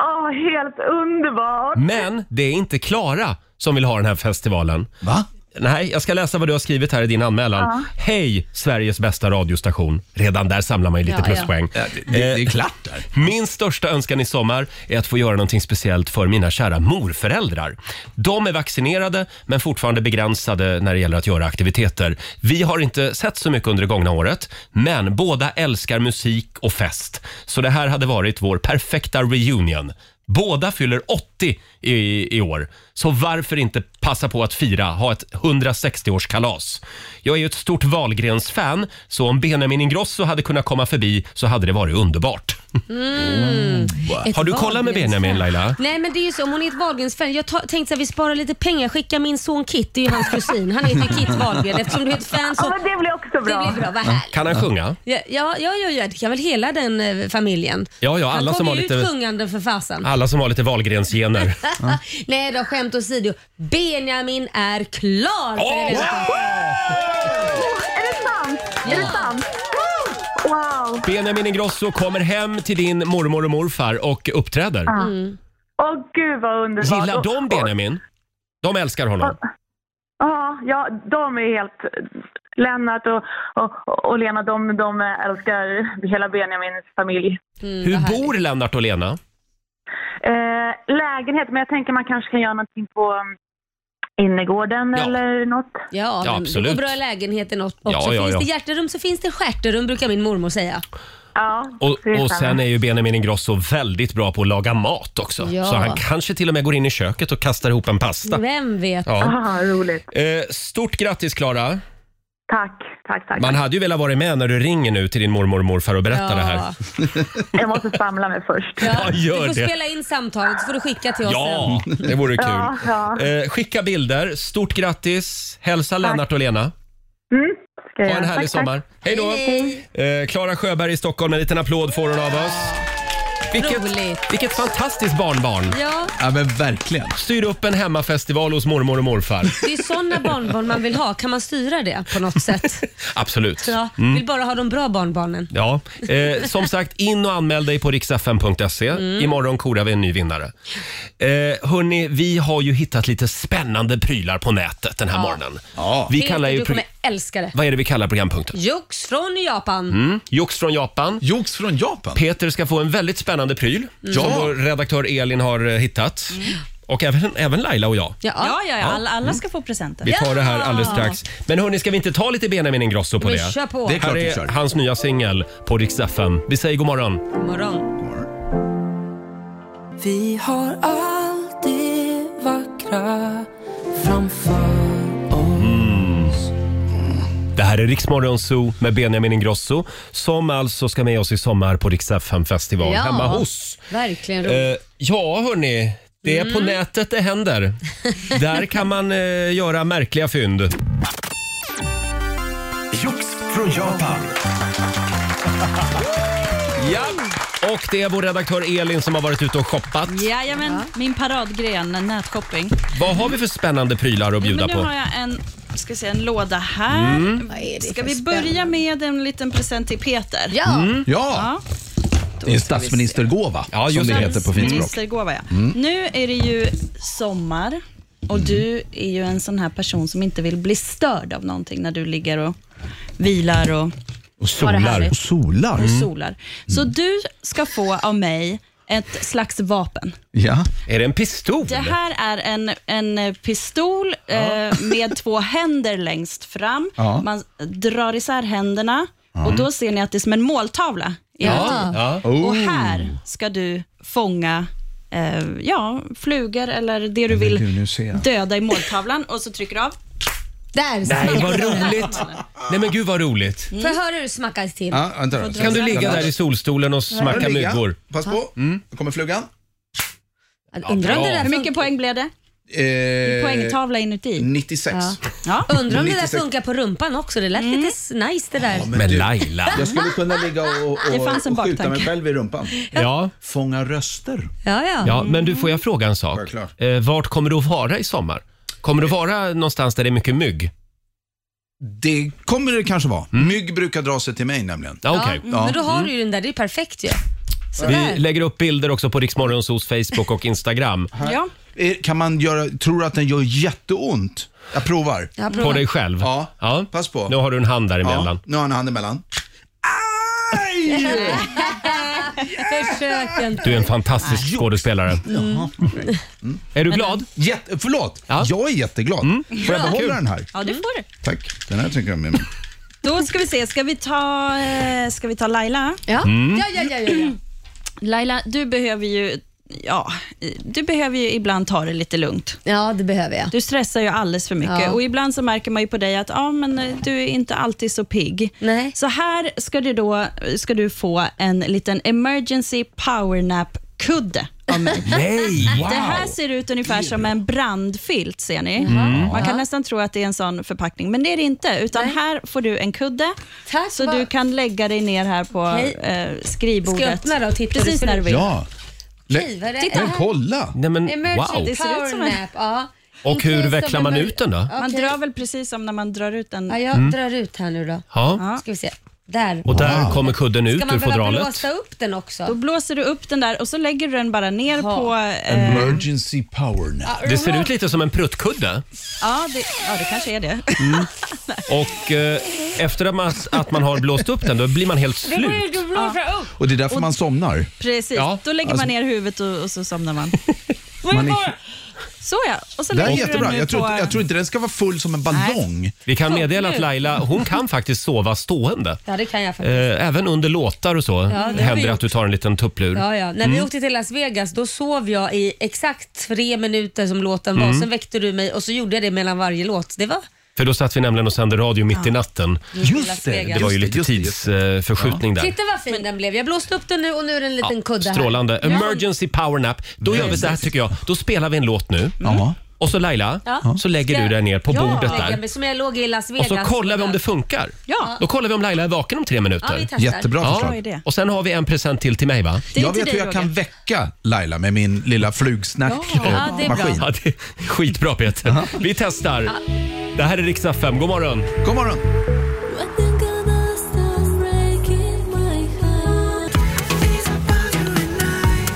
Åh, helt underbart!
Men det är inte Klara som vill ha den här festivalen.
Va?
Nej, jag ska läsa vad du har skrivit här i din anmälan. Hej, Sveriges bästa radiostation. Redan där samlar man ju lite
Ja, ja.
pluspoäng.
Eh, Det, det är klart där.
Min största önskan i sommar är att få göra någonting speciellt för mina kära morföräldrar. De är vaccinerade men fortfarande begränsade när det gäller att göra aktiviteter. Vi har inte sett så mycket under det gångna året, men båda älskar musik och fest. Så det här hade varit vår perfekta reunion. Båda fyller 80 i, i år, så varför inte passa på att fira, ha ett 160-årskalas? Jag är ju ett stort Wahlgrens-fan, så om Benjamin Ingrosso hade kunnat komma förbi så hade det varit
*laughs*
underbart.
Ett
Har du kollat med
Wahlgrens-fan.
Benjamin Laila?
Nej men det är ju så, om hon är ett Wahlgrens-fan. Jag ta- tänkte att vi sparar lite pengar, skicka min son Kit, det är ju hans kusin. Han heter ju Kit Wahlgren. Eftersom du är ett fan så...
Ja, men det blir också
Det
bra.
blir bra, vad härligt.
Kan han sjunga?
Ja, ja, ja, ja, ja, det kan väl hela den eh, familjen.
Ja, ja, alla som
Han kommer
har
ju
lite-
ut sjungande för fasen.
Alla som har lite Wahlgrens-gener.
Nej då, skämt åsido. Benjamin är klar! för
Åh,
*laughs* det.
Är det sant? Är
Mm,
det sant? Wow!
Benjamin Ingrosso kommer hem till din mormor och morfar och uppträder.
Åh, gud vad underbart.
Gillar
Och-
de
och-
Benjamin? De älskar honom.
Ja, ja, de är helt... Lennart och, och, och Lena, de, de älskar hela Benjamins familj.
Mm,
Hur bor Lennart och Lena?
Eh, lägenhet, men jag tänker man kanske kan göra någonting på um, innergården
Ja.
eller något.
Ja,
Ja,
men
absolut.
absolut. bra lägenhet är något också.
Ja, ja,
finns
ja.
det hjärterum så finns det stjärterum brukar min mormor säga.
Ja,
Och,
det är
och
sant.
sen är ju Benjamin Ingrosso väldigt bra på att laga mat också.
Ja.
Så han kanske till och med går in i köket och kastar ihop en pasta.
Vem vet?
Ja.
Mm. Aha, Ah, roligt.
Eh, stort grattis Klara.
Tack, tack, tack.
Man hade ju velat vara med när du ringer nu till din mormor och morfar och berättar det här.
Jag måste samla mig först.
Ja,
Ja, gör
du får
det.
spela in samtalet så får du skicka till oss
Ja, det vore kul.
Ja, ja.
Eh, skicka bilder. Stort grattis. Hälsa Lennart och Lena.
Mm, ska jag
Ha en
göra.
härlig
Tack, tack.
sommar. Hej då! Eh, Klara Sjöberg i Stockholm, en liten applåd får hon av oss.
Roligt.
Vilket, vilket fantastiskt barnbarn!
sen. Ja,
Ja, men verkligen.
Styr upp en hemmafestival hos mormor och morfar.
det är sådana barnbarn man vill ha. Kan man styra det på något sätt?
Absolut.
Ja, Vill bara ha de bra barnbarnen.
Ja, eh, som sagt, in och anmäl dig på riksfm.se. Imorgon korar vi en ny vinnare. Eh, hörni, vi har ju hittat lite spännande prylar på nätet den här morgonen.
Ja.
Vi
Peter,
kallar ju
du
pro-
kommer älska det.
Vad är det vi kallar programpunkten?
Jox från Japan.
Mm. Jox från Japan.
Joks från Japan.
Peter ska få en väldigt spännande pryl som
Ja.
vår redaktör Elin har eh, hittat. Och även, även Laila och jag.
Ja,
Ja, ja, ja. Alla,
Mm.
alla ska få presenter.
Vi tar det här alldeles strax. Men hörni, ska vi inte ta lite Benjamin Ingrosso på
Men
det?
kör på.
Det är
Här
klart vi
är
kör.
hans nya singel på Rix FM. Vi säger god morgon.
God morgon.
Vi har allt det vackra framför oss.
Det här är Riksmorgon Zoo med Benjamin Ingrosso som alltså ska med oss i sommar på Rix FM festival
Ja.
hemma hos.
Verkligen
Eh,
roligt.
ja, hörni. Det är på nätet det händer. Där kan man eh, göra märkliga fynd.
Jox från Japan.
Ja. Och det är vår redaktör Elin som har varit ute och shoppat.
Jajamän, min paradgren, nätshopping.
Vad har vi för spännande prylar att
Men
bjuda
nu
på?
har jag en ska se, en låda här.
Mm.
Vad är det
Ska
för
vi börja med en liten present till Peter?
Ja,
Ja,
Ja.
det är en statsministergåva
Ja,
som
just
det
det.
heter på fint språk. Mm.
Ministergåva, Mm. ja. Nu är det ju sommar och du är ju en sån här person som inte vill bli störd av någonting när du ligger och vilar och,
Mm.
Och
vad det
solar.
här är.
Och solar.
och
Mm.
solar. Så
Mm.
du ska få av mig ett slags vapen.
Ja.
Är det en pistol?
Det här är en, en pistol eh, med två händer längst fram.
Ja.
Man drar isär händerna och då ser ni att det är som en måltavla.
Ja. ja.
Oh,
Och här ska du fånga eh, ja, flugor eller det du
gud,
vill
nu ser jag.
döda i måltavlan och så trycker du av.
där
Nej,
smackade
vad
det.
roligt. Nej men gud vad roligt.
Får jag höra hur det smackades till?
Ja, vänta då.
Kan du ligga där i solstolen och smacka
Kan du ligga?
myggor?
Pass på. Nu kommer flugan.
Jag Undrar om det där
bra.
Hur
funkar,
mycket poäng blev det?
Eh,
Poängtavla inuti.
96.
Ja.
Undrar om det där
96.
funkar på rumpan också. Det lät
Mm.
lite s- nice det där.
Men Laila.
Jag skulle kunna ligga och, och,
Det fanns en
och skjuta
baktanke.
mig själv i rumpan.
Ja,
Fånga röster.
Ja, ja.
ja, men du får jag fråga en sak?
Självklart.
Eh, vart kommer du att vara i sommar? Kommer du att vara någonstans där det är mycket mygg?
Det kommer det kanske vara. Mygg brukar dra sig till mig nämligen.
Ja,
Ja,
Okej.
mm, Men då har du ju den där, det är ju perfekt ju.
Vi lägger upp bilder också på Riksmorgonsos Facebook och Instagram
Ja.
Eh, Kan man göra, tror du att den gör jätteont? Jag provar.
Jag
på
provar.
dig själv.
Ja, pass på.
Nu har du en hand däremellan.
Ja, nu har han en hand emellan. Aj!
Försök inte.
Du är en fantastisk skådespelare. Mm. Är du glad?
Jätte, förlåt,
Ja.
jag är jätteglad. Får jag behålla den här?
ja, det får du.
Tack. Den här tycker jag med mig.
Då ska vi se, ska vi ta, eh, ska vi ta Laila?
Ja.
Mm.
Ja, ja, ja, ja, ja.
Laila, du behöver ju Ja, du behöver ju ibland ta det lite lugnt.
ja, det behöver jag.
Du stressar ju alldeles för mycket
Ja.
och ibland så märker man ju på dig att ja, men eh, du är inte alltid så pigg.
Nej.
Så här ska du, då, ska du få en liten emergency powernap-kudde
*laughs*
av mig.
Nej!
Det här ser ut ungefär som en brandfilt, ser ni.
Mm.
Mm. Man kan nästan tro att det är en sån förpackning, men det är det inte. Utan här får du en kudde,
Tack,
så
vad-
du kan lägga dig ner här på
Okej.
eh,
Ska jag
skrivbordet.
öppna då och titta?
Precis
Det ser
när du
ut-
vill.
Ja.
Okej, vad är det?
Titta. Men
här?
kolla.
Nej men
Emergency
Mm, wow.
Det ser ut som en-
power nap. Ja.
Och hur
Precis
vecklar
som
man
emer-
ut den då?
Man
Okej.
drar väl precis som när man drar ut en...
Ja, jag drar ut här nu då.
Ja.
Ska vi se. Där.
Och där kommer kudden ut
Ska
ur
man behöva
fodralet.
blåsa upp den
Då
också?
blåser du upp den där och så lägger du den bara ner på... Eh,
Emergency power nap.
Det ser ut lite som en pruttkudde.
ja, det, ja, det kanske
*laughs*
är det.
Och eh, efter att man, att man har blåst upp den, då blir man helt slut.
Du blåser upp.
Och det är därför man somnar.
Precis,
Ja,
då lägger man ner huvudet och, och så
*laughs*
somnar man.
alltså- Man är,
Så ja, och så
det här är
lägger du den
jättebra.
nu
Jag tror,
på...
jag tror inte den ska vara full som en ballong.
Vi kan meddela att Laila, hon kan faktiskt sova stående.
Ja, det kan jag faktiskt.
Eh, även under låtar och så
har vi
händer det att
gjort.
du tar en liten tupplur.
Ja, ja. När
mm.
vi åkte till Las Vegas då sov jag i exakt tre minuter som låten var.
Mm.
Sen väckte du mig och så gjorde jag det mellan varje låt. Det var
För då satt vi nämligen och sände radio mitt i natten.
Just det.
Det var ju
Just
lite
just just
tidsförskjutning där.
Titta vad fin den blev. Jag blåste upp den nu och nu är det en liten kudde här.
Strålande. Emergency power nap. Då gör vi så här tycker jag. Då spelar vi en låt nu.
Ja.
Och så Laila,
Ja.
så lägger du dig ner på
Ja.
bordet
Lägga mig
där.
Som jag låg i Las
Och
Vegas.
så kollar vi om det funkar.
Ja.
Då kollar vi om Laila är vaken om tre
Ja, vi
minuter.
testar.
Jättebra
Ja,
Bra idé.
och sen har vi en present till till mig va?
Det är
Jag
till
vet
dig,
hur jag kan
Roger.
väcka Laila med min lilla
Ja, det är bra.
flugsnackmaskin.
Ja, det är skitbra Peter. Vi testar. Det här är riksdag 5. God morgon.
God morgon.
Heart.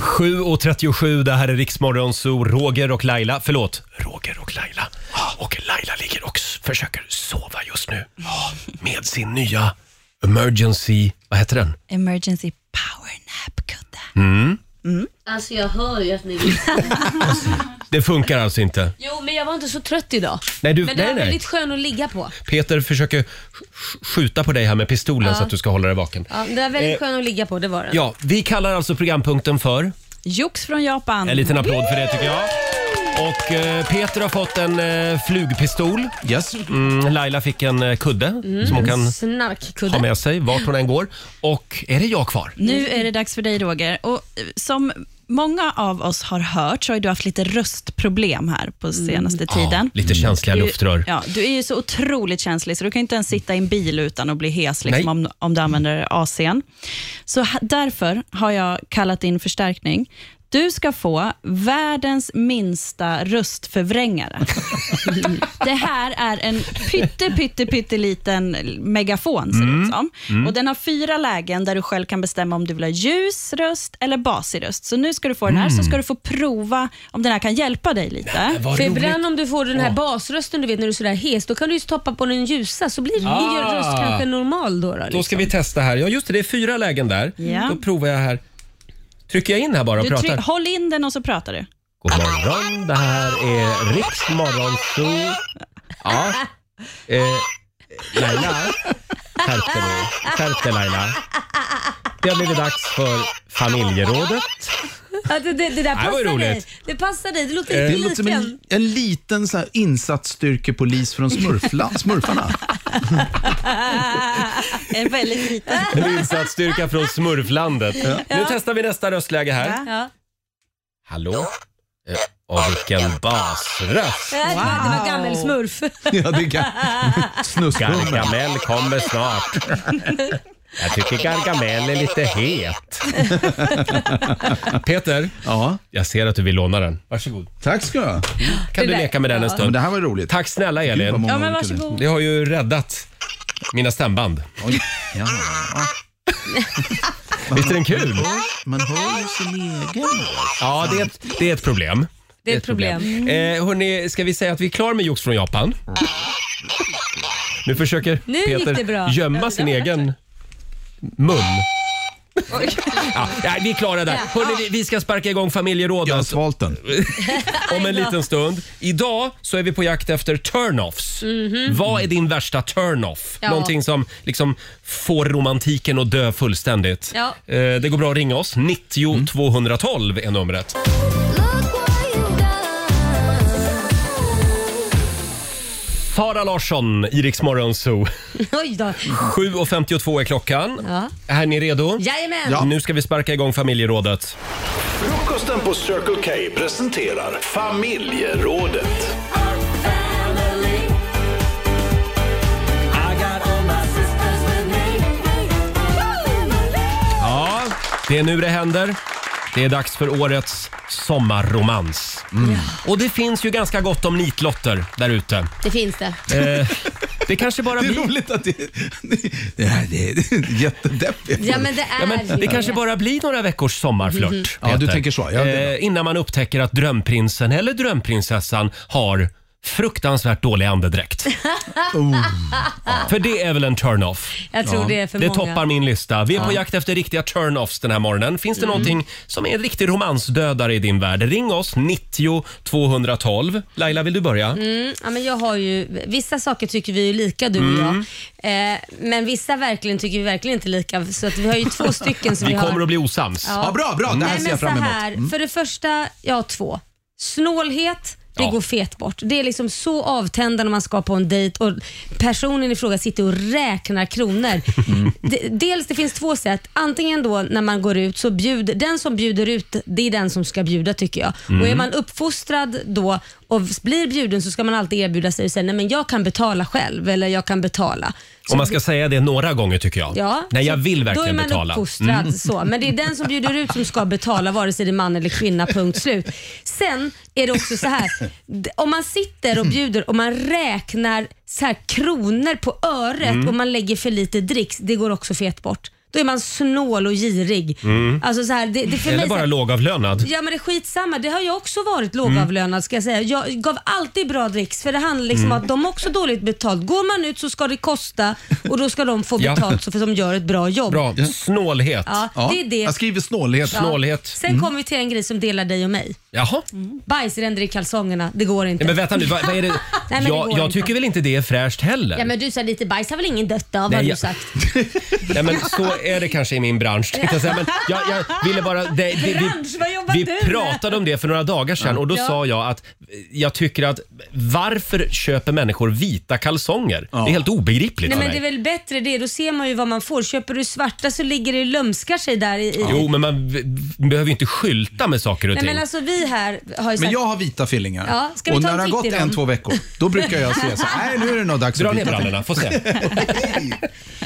7.37, det här är Riksmorgon, så Roger och Laila, förlåt, Roger och Laila. Och Laila ligger och s- försöker sova just nu. Med sin nya emergency, vad heter den?
Emergency powernap-kudde.
Alltså jag hör ju att ni vill.
Det funkar alltså inte.
Jo, men jag var inte så trött idag.
Nej, du,
Men det
nej,
var
nej.
väldigt skön att ligga på.
Peter försöker sk- skjuta på dig här med pistolen så att du ska hålla dig vaken.
Ja, det var väldigt skön att ligga på, det var den.
Ja, vi kallar alltså programpunkten för,
Jox från Japan.
en liten applåd för det tycker jag. Och eh, Peter har fått en eh, flugpistol.
Yes.
Mm, Laila fick en eh, kudde som hon
Mm.
kan ha
Snarkkudde.
med sig vart hon än går. Och är det jag kvar?
Nu är det dags för dig Roger. Och eh, som många av oss har hört så har ju du haft lite röstproblem här på
Mm.
senaste tiden.
Lite känsliga
Du-
luftrör.
Ja, du är ju så otroligt känslig så du kan ju inte ens sitta i en bil utan att bli hes liksom,
Nej.
om, om du använder AC'n. Så ha, därför har jag kallat in förstärkning. Du ska få världens minsta röstförvrängare. det här är en pytte, pytte, pytteliten megafon, ser det
Mm.
ut som.
Mm.
Och den har fyra lägen där du själv kan bestämma om du vill ha ljus röst eller basig röst. Så nu ska du få den här,
Mm.
så ska du få prova om den här kan hjälpa dig lite.
vad För roligt. ibland om du får den här Ja.
basrösten, du vet när du är sådär hes, då kan du ju toppa på den ljusa, så blir
Ny
Ah.
röst kanske normal då. då,
Då
liksom.
ska vi testa här. Ja, just det. Det är fyra lägen där.
Ja.
Då provar jag här. Trycker jag in här bara och
Du
pratar?
tryck, håll in den och så pratar du.
God morgon, det här är Riks Morgonzoo. Ja. Eh, Laila, skärp dig nu. Skärp dig Laila. Det har blivit dags för familjerådet.
Ja, det, det, det där
Det här var
passar dig.
roligt. Eh,
Det passar dig. Det låter
Det
inte
låter som
lika.
en, en liten så här insatsstyrkepolis från smurfla, Smurfarna.
*laughs* En
*laughs*
väldigt liten.
En insatsstyrka från Smurflandet. Nu testar vi nästa röstläge här.
Ja.
Hallå? Eh, Och vilken basröst.
Det var, det var gammelsmurf. *laughs*
Snuskgumman.
Gargamel kommer snart. Jag tycker Gargamel är lite het. Peter,
ja?
jag ser att du vill låna den. Varsågod.
Tack ska du ha.
Kan
Det
du
där-
leka med den en
ja. Ja, men
stund?
det här var roligt.
Tack snälla
Gud, vad
Elin.
många Ja, men olika varsågod.
Det har ju räddat mina stämband. Visst är den kul?
Man hör ju sin egen
Ja, det är ett, det är ett problem.
Det är ett problem.
Eh, hörni, ska vi säga att vi är klara med Jox från Japan? Nu försöker
Nu gick det bra.
Peter gömma sin egen mun. *laughs* Ja, nej, vi är klara där. Hörni, vi, vi ska sparka igång familjerådet. Jag har
svalt den.
Om en liten stund. Idag så är vi på jakt efter turn-offs.
Mhm.
Vad är din värsta turn-off?
Ja.
Någonting som liksom får romantiken att dö fullständigt.
Ja.
Eh, Det går bra att ringa oss. 90 212 är numret. Sara Larsson, Iriks Morgonzoo.
Oj då.
7.52 är klockan.
Ja.
Är ni redo?
Jajamän. Ja.
Nu ska vi sparka igång familjerådet.
Frukosten på Circle K presenterar familjerådet.
Ja, det är nu det händer. Det är dags för årets sommarromans.
Mm.
Och det finns ju ganska gott om nitlotter där ute.
Det finns det.
Eh, det kanske bara
Det är
blir...
roligt att det... Det, här, det är jättedeppigt.
Ja, men det är ju
det
det.
kanske bara blir några veckors sommarflört.
Mhm.
Ja, du
Peter.
tänker så. Ja, det är
eh, innan man upptäcker att drömprinsen eller drömprinsessan har fruktansvärt dålig
*laughs*
andedräkt.
Oh.
För det är väl en turn-off?
Jag tror det är för
Det
många.
toppar min lista. Vi är på
Ja.
jakt efter riktiga turn-offs den här morgonen. Finns det
Mm.
någonting som är en riktig romansdödare i din värld? Ring oss, 90 212. Laila, vill du börja?
Mm, ja, men jag har ju, vissa saker tycker vi är lika du och jag.
Mm.
Eh, men vissa verkligen tycker vi verkligen inte lika. Så att vi har ju två stycken som vi,
vi
har.
kommer att bli osams.
Nej, men så här, För det första, jag har två. Snålhet, det
Ja.
går fet bort. Det är liksom så avtändande när man ska på en dejt och personen i fråga sitter och räknar kronor. D- Dels det finns två sätt. Antingen då när man går ut så bjuder den som bjuder ut, det är den som ska bjuda tycker jag. Och är
Mm.
man uppfostrad då och blir bjuden så ska man alltid erbjuda sig och säga nej men jag kan betala själv eller jag kan betala.
Och man ska säga det några gånger tycker jag.
Ja,
Nej, jag
så
vill
Då är
verkligen
man
betala.
uppfostrad
Mm.
så. Men det är den som bjuder ut som ska betala vare sig det är man eller kvinna, punkt slut. Sen är det också så här, d- om man sitter och bjuder och man räknar så här kronor på öret
Mm.
och man lägger för lite dricks, det går också fet bort. Då är man snål och girig.
Mm.
Alltså så här, det, det för
Eller
mig så
bara
här,
lågavlönad.
Ja men det är skitsamma, det har jag också varit lågavlönad ska jag säga. Jag gav alltid bra dricks för det handlar liksom
Mm.
om att de har också dåligt betalt. Går man ut så ska det kosta och då ska de få
*laughs* Ja.
betalt så för att de gör ett bra jobb.
Bra. Snålhet.
Ja, det är det. Jag
skriver snålhet.
Ja. Sen
Mm.
kommer vi till en grej som delar dig och mig.
Jaha.
Bajsränder i kalsongerna, det går inte.
Nej, men vänta nu, vad,
*laughs*
vad är det?
Mm. men det
jag
går
jag
inte.
tycker väl inte det är fräscht heller?
Ja men du sa lite bajs har väl ingen dött av
Nej,
har du
jag-
sagt.
Nej, men så är det kanske i min bransch. tänkte Jag, säga. men jag, jag ville bara... Det, det, vi,
Bransch, vad jobbar
vi
du med?
pratade om det för några dagar sedan och då
Ja.
sa jag att jag tycker att varför köper människor vita kalsonger? Det är helt obegripligt
Nej
för
men
mig.
det är väl bättre det, då ser man ju vad man får. Köper du svarta så ligger det och lömskar sig där i... i-
Jo, men man v- behöver ju inte skylta med saker och
Nej
ting.
men alltså vi här har ju sagt...
Men jag har vita fillingar.
Ja, ska vi
och
ta en
när det har
titt
gått
i dem?
en, två veckor, då brukar jag säga
alltså-
så här, nej nu är det nog dags
Dra
att
ner
byta.
brallorna, få se.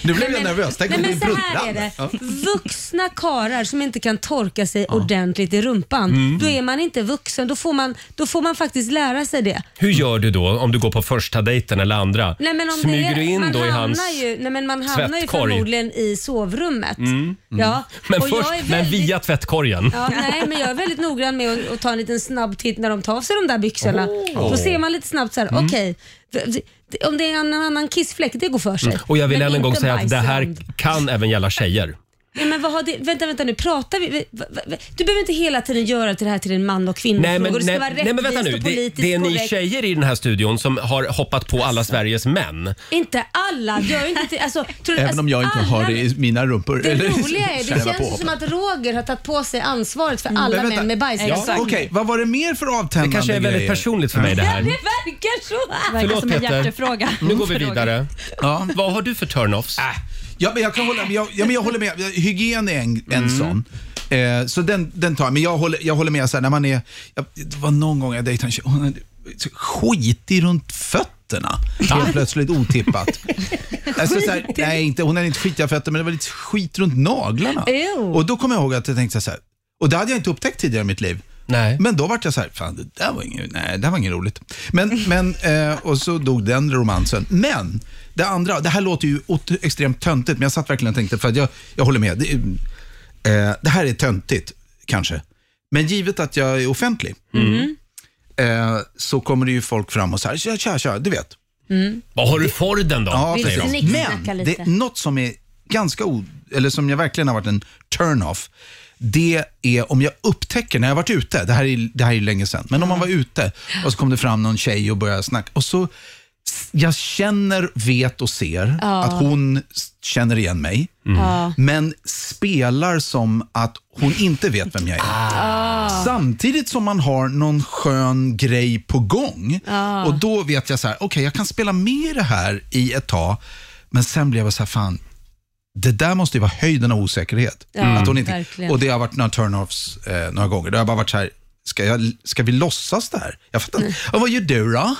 nu blev jag nervös. Tänk om
Nej
det
men
blir
så här är det vuxna karar som inte kan torka sig ordentligt i rumpan.
Mm.
Då är man inte vuxen. Då får man, då får man faktiskt lära sig det.
Hur gör du då om du går på första dejten eller andra?
Nej, men om
Smyger
det är,
du in
man
då i
hamnar
hans...
Ju, nej, men man hamnar ju
tvättkorg?
förmodligen i sovrummet.
Mm. Mm.
Ja,
Men,
och jag
först,
är
men
väldigt-
via tvättkorgen.
Ja, nej, men jag är väldigt noggrann med att, att ta en liten snabb titt när de tar av sig de där byxorna.
Åh.
Då ser man lite snabbt så här,
Mm.
okej, v- v- om det är en annan kissfläck, det går för sig.
Mm. Och jag vill
Men
än en gång
inte
säga att det här
bajsrand.
kan även gälla tjejer.
Nej, men vad har det, vänta, vänta nu, pratar vi? vi- va- va- Du behöver inte hela tiden göra till det här till en man och kvinna
Nej men,
det ska
nej,
vara
nej men vänta
rättvist
nu.
och
Det,
politiskt
det är ni
korrekt. Alltså.
tjejer i den här studion som har hoppat på alla Sveriges män.
Inte alla, gör inte till, alltså, tror,
Även om jag inte
alla,
har det i mina rumpor.
Det
eller-
roliga är,
känner
det
jag
känns ju
på.
som att Roger har tagit på sig ansvaret för alla
Mm. Men vänta.
män med
Ja,
bajsrand.
Okej, vad var det mer för avtändande
Det kanske är väldigt
grejer?
personligt för mig det här.
Det verkar så.
Nu går vi vidare. Vad har du för turn-offs?
Äh. Ja, men jag, kan hålla, jag, ja, men jag håller med. Hygien är en, en
Mm.
sån. Eh, så den, den tar jag. Men jag håller, jag håller med, så här, när man är... Jag, det var någon gång jag dejtade en tjej. Hon hade så skitig runt fötterna. Helt
*laughs*
plötsligt otippat. alltså, så här, nej, inte, hon hade inte skitiga fötter, men det var lite skit runt naglarna.
Ew.
Och då kom jag ihåg att jag tänkte så här, och det hade jag inte upptäckt tidigare i mitt liv.
Nej.
Men då vart jag så här, fan det där var inget, nej, det där var inget roligt. Men, men, eh, och så dog den romansen. Men det andra, det här låter ju ot- extremt töntigt, men jag satt verkligen och tänkte, för att jag, jag håller med. Det, eh, det här är töntigt, kanske. Men givet att jag är offentlig, eh, så kommer det ju folk fram och så här, tja, tja, tja, du vet.
Mm.
Vad har du Forden då?
Ja,
Vill
precis.
snicksnacka
Men det
lite.
är något som är ganska, o- eller som jag verkligen har varit en turn-off, det är om jag upptäcker när jag varit ute, det här är, det här är länge sedan, men om man var ute och så kom det fram någon tjej och började snacka och så s- jag känner, vet och ser
Ja.
att hon s- känner igen mig,
Mm. Ja.
men spelar som att hon inte vet vem jag är.
Ah.
Samtidigt som man har någon skön grej på gång.
Ja.
Och då vet jag så här, okej jag kan spela med i det här i ett tag. Men sen blev jag så här, fan, det där måste ju vara höjden av osäkerhet.
Ja,
att hon inte,
verkligen.
och det har varit några turn-offs eh, några gånger. Det har bara varit så här, ska, jag, ska vi låtsas det här? Jag fattar
Mm.
inte. "Ja, Vad gör
*laughs*
du då?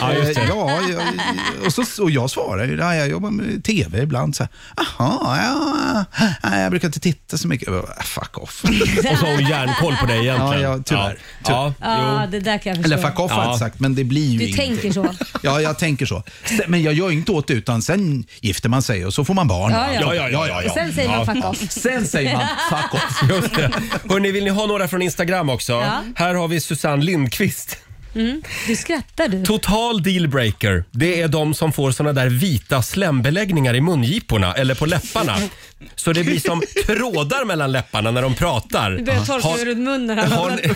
Ja, just det.
Eh, Ja, jag, och, så, och jag svarar ju, "Ja, jag jobbar med TV ibland. Så här, Aha, ja, ja, jag brukar inte titta så mycket. Jag bara,
*laughs*
Fuck off.
Och så har hon järnkoll på dig egentligen.
Ja, ja tyvärr.
Ja.
Ja, det där kan jag förstå.
Eller fuck off har jag inte sagt, men det blir ju
Du
ingenting.
tänker så.
Ja, jag tänker så. Sen- Men jag gör ju inte åt det, utan sen gifter man sig och så får man barn.
Ja, ja. Sen säger man fuck off.
Sen säger man fuck off.
Just det. Hörrni, vill ni ha några från Instagram också?
Ja.
Här har vi Susanne Lindqvist.
Mm. Du skrattar du.
Total dealbreaker, det är de som får såna där vita slembeläggningar i mungiporna eller på läpparna. Så det blir som trådar mellan läpparna när de pratar.
Du börjar torka
Har-
ur munnen.
Har ni,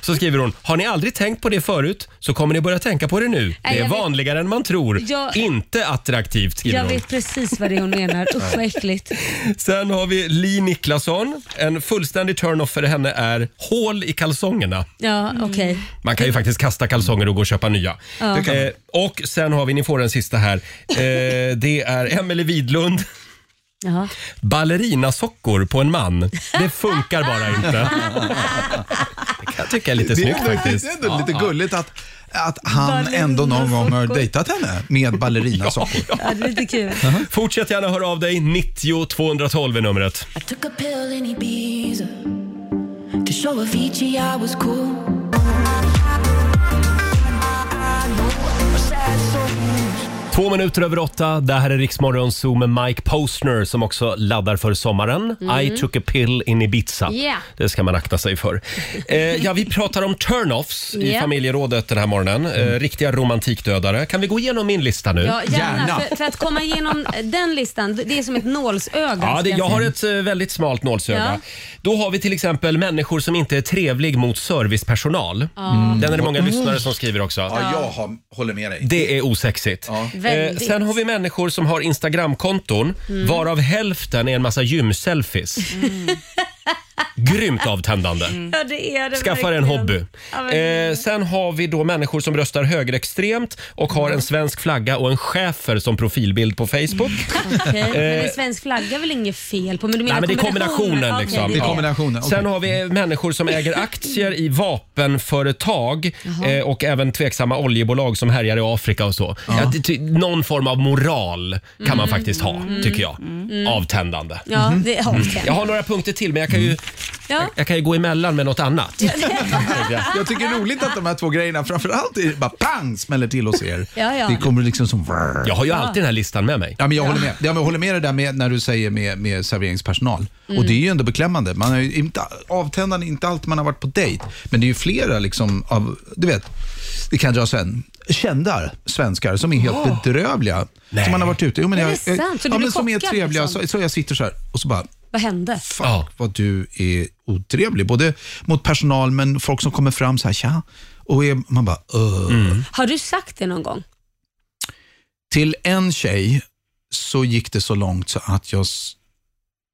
så skriver hon, har ni aldrig tänkt på det förut så kommer ni börja tänka på det nu.
Nej,
Det är
jag vet-
vanligare än man tror.
Jag-
Inte attraktivt skriver
Jag
hon.
vet precis vad det är hon menar. Usch vad äckligt.
Sen har vi Li Niklasson. En fullständig turn-off för henne är hål i kalsongerna.
Ja,
Mm.
okej.
Man kan ju faktiskt kasta kalsonger och gå och köpa nya.
Ja. Det kan man.
Eh, och sen har vi, ni får den sista här. Eh, det är Emelie Widlund.
Jaha.
Ballerinasockor på en man. Det funkar bara
*laughs*
inte. Det kan jag tycka är lite
Det är
snyggt
ändå-
faktiskt.
det är ändå
Ja,
lite
ja.
gulligt att, att han ändå någon gång har dejtat henne med ballerinasockor.
Ja, det är lite kul.
Fortsätt gärna höra av dig. 90 212 är numret.
I took a pill in Ibiza to show Avicii I was cool.
Två minuter över åtta. Det här är Riksmorgon Zoo med Mike Postner som också laddar för sommaren.
Mm.
I took a pill in Ibiza.
Yeah.
Det ska man akta sig för. Eh, ja, vi pratar om turn-offs i
Yeah. Mm.
familjerådet den här morgonen. Eh, riktiga romantikdödare. Kan vi gå igenom min lista nu?
Ja, gärna. För, för att komma igenom den listan, det är som ett nålsöga.
Ja,
ska
det, jag
säga.
har ett eh, väldigt smalt nålsöga.
Ja.
Då har vi till exempel människor som inte är trevlig mot servicepersonal.
Ja. Mm.
Den är det många
Mm.
lyssnare som skriver också.
Ja, jag har, håller med dig.
Det är osexigt. Eh,
Väldigt.
sen har vi människor som har Instagramkonton
Mm.
Mm.
varav hälften är en massa gymselfies. Grymt avtändande.
Ja, det är det
Skaffa dig en
Mm. verkligen.
hobby.
Ja, men-
Eh, sen har vi då människor som röstar högerextremt och
Mm.
har en svensk flagga och en schäfer som profilbild på Facebook.
Okej, men en
Eh,
svensk flagga är väl inget fel på? Men du
Nej,
menar
men det är kombinationen.
Okej,
Liksom. Ja. Sen har vi människor som äger aktier i vapenföretag
Jaha.
eh, och även tveksamma oljebolag som härjar i Afrika och så. Ja. det- ty- någon form av moral kan man
Mm.
faktiskt ha,
Mm.
tycker jag.
Mm.
Avtändande.
Ja, det
Mhm.
är avtändande.
Jag har några punkter till, men jag kan ju,
Ja.
jag kan ju gå emellan med något annat.
Jag tycker det är roligt att de här två grejerna framförallt är bara pang smäller till hos er.
Ja, ja.
Det kommer liksom som...
*laughs* Jag har ju alltid den här listan med mig.
Ja, men jag, håller med. Ja, men jag håller med det där med när du säger med, med serveringspersonal.
Mm.
Och det är ju ändå beklämmande. Man är ju inte, avtändande är inte allt man har varit på dejt, men det är ju flera liksom av, du vet, det kan jag dra sen, kända svenskar som är helt
Åh.
bedrövliga. Som man har varit ute. Jo, men
Är
jag,
det sant?
jag-
Så du blir
ja, men som är
chockad,
trevliga.
liksom?
Så, så jag sitter så här och så bara,
Vad hände?
fuck vad du är otrevlig. Både mot personal, men folk som kommer fram så här, tja. Och är, man bara, öh.
Har du sagt det någon gång?
Till en tjej så gick det så långt så att jag... s-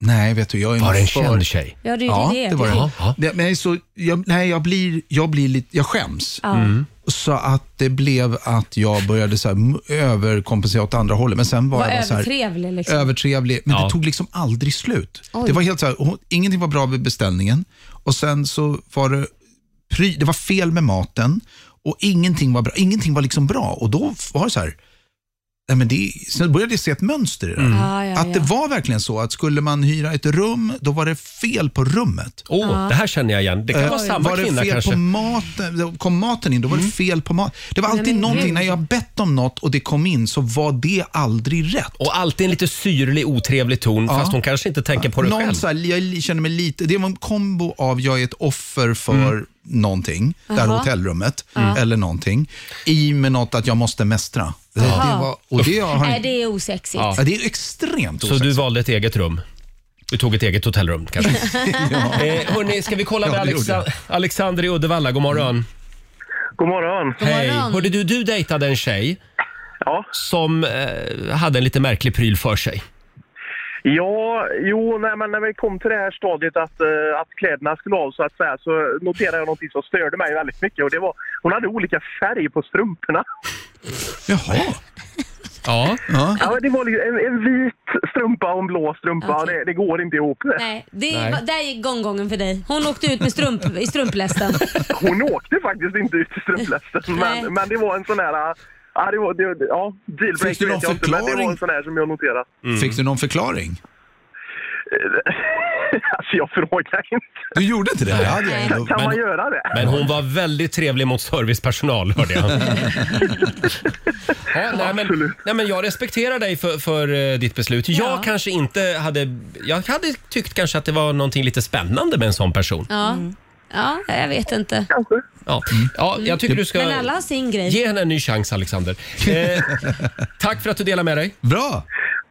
Nej, vet du, jag är
Var det en känd
tjej? Ja, det är ju
ja,
det.
det var
Ja,
det.
ja.
det. Men så, jag, nej, jag blir, jag blir lite... Jag skäms.
Ja. Mm.
Så att det blev att jag började så här, m- överkompensera åt andra hållet. Men sen var,
Var
jag bara så här,
övertrevlig liksom.
Övertrevlig, men det tog liksom aldrig slut.
Oj.
Det var helt så här, hon, ingenting var bra vid beställningen och sen så var det, pry, det var fel med maten och ingenting var bra. Ingenting var liksom bra och då var det så här, nej men det, sen började jag se ett mönster i det.
Mm. Ah, ja,
att det
ja.
var verkligen så att skulle man hyra ett rum, då var det fel på rummet.
Åh, det här känner jag igen. Det kan
Eh,
vara samma
var det
kvinna
fel
kanske. Mm.
På maten, då kom maten in, då var det fel på maten. Det var
Nej,
alltid
men
någonting,
gud.
när jag bett om något och det kom in så var det aldrig rätt.
Och alltid en lite syrlig, otrevlig ton,
Ja.
fast hon kanske inte tänker på det
Någon
själv.
Så här, jag li- känner mig lite, det var en kombo av jag är ett offer för
Mm.
någonting, det här
Aha.
hotellrummet
Mm.
eller någonting, i med något att jag måste mästra. Det, det
Jaha.
var, och det har
Nej, det är osexigt.
Ja.
Ja, det är extremt
Så du valde ett eget rum? Du tog ett eget hotellrum
*laughs*
kanske? *laughs*
Ja.
eh, hörni, ska vi kolla
Ja,
med
det gjorde
Alexa- Alexander i Uddevalla? God morgon.
God morgon.
Hej.
God morgon.
Hörde du, du dejtade en tjej som eh, hade en lite märklig pryl för sig.
Ja, jo, nej, men när vi kom till det här stadiet att, eh, att kläderna skulle av så att säga så noterade jag någonting som störde mig väldigt mycket och det var hon hade olika färg på strumporna.
Ja.
Ja, men det var liksom en, en vit strumpa och en blå strumpa. Det, det går inte ihop.
Nej, det är, va- Där gick gånggången för dig. Hon åkte ut med strump, i
*laughs*
strumplästen.
Hon åkte faktiskt inte ut i strumplästen,
*laughs* Nej.
men, men det var en sån här... äh, Ja, det var, det, ja
Fick du
dealbreaker
någon
vet jag inte, men det var en sån här som jag noterat.
Mm.
Fick du någon förklaring?
*laughs* alltså jag frågar inte.
Du gjorde inte det?
Nej.
det hade jag ändå.
Kan man göra det?
Men hon var väldigt trevlig mot servicepersonal, hörde jag. ja, nej, men, nej, men jag respekterar dig för, för eh, ditt beslut. Jag kanske inte hade... Jag hade tyckt kanske att det var någonting lite spännande med en sån person.
Ja. ja, jag vet inte.
Ja. Ja, jag tycker du ska...
Mm. Men alla har sin grej.
Ge henne en ny chans, Alexander. Eh, tack för att du delar med dig.
Bra!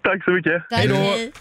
Tack så mycket.
Tack.
Hej då.
Hej.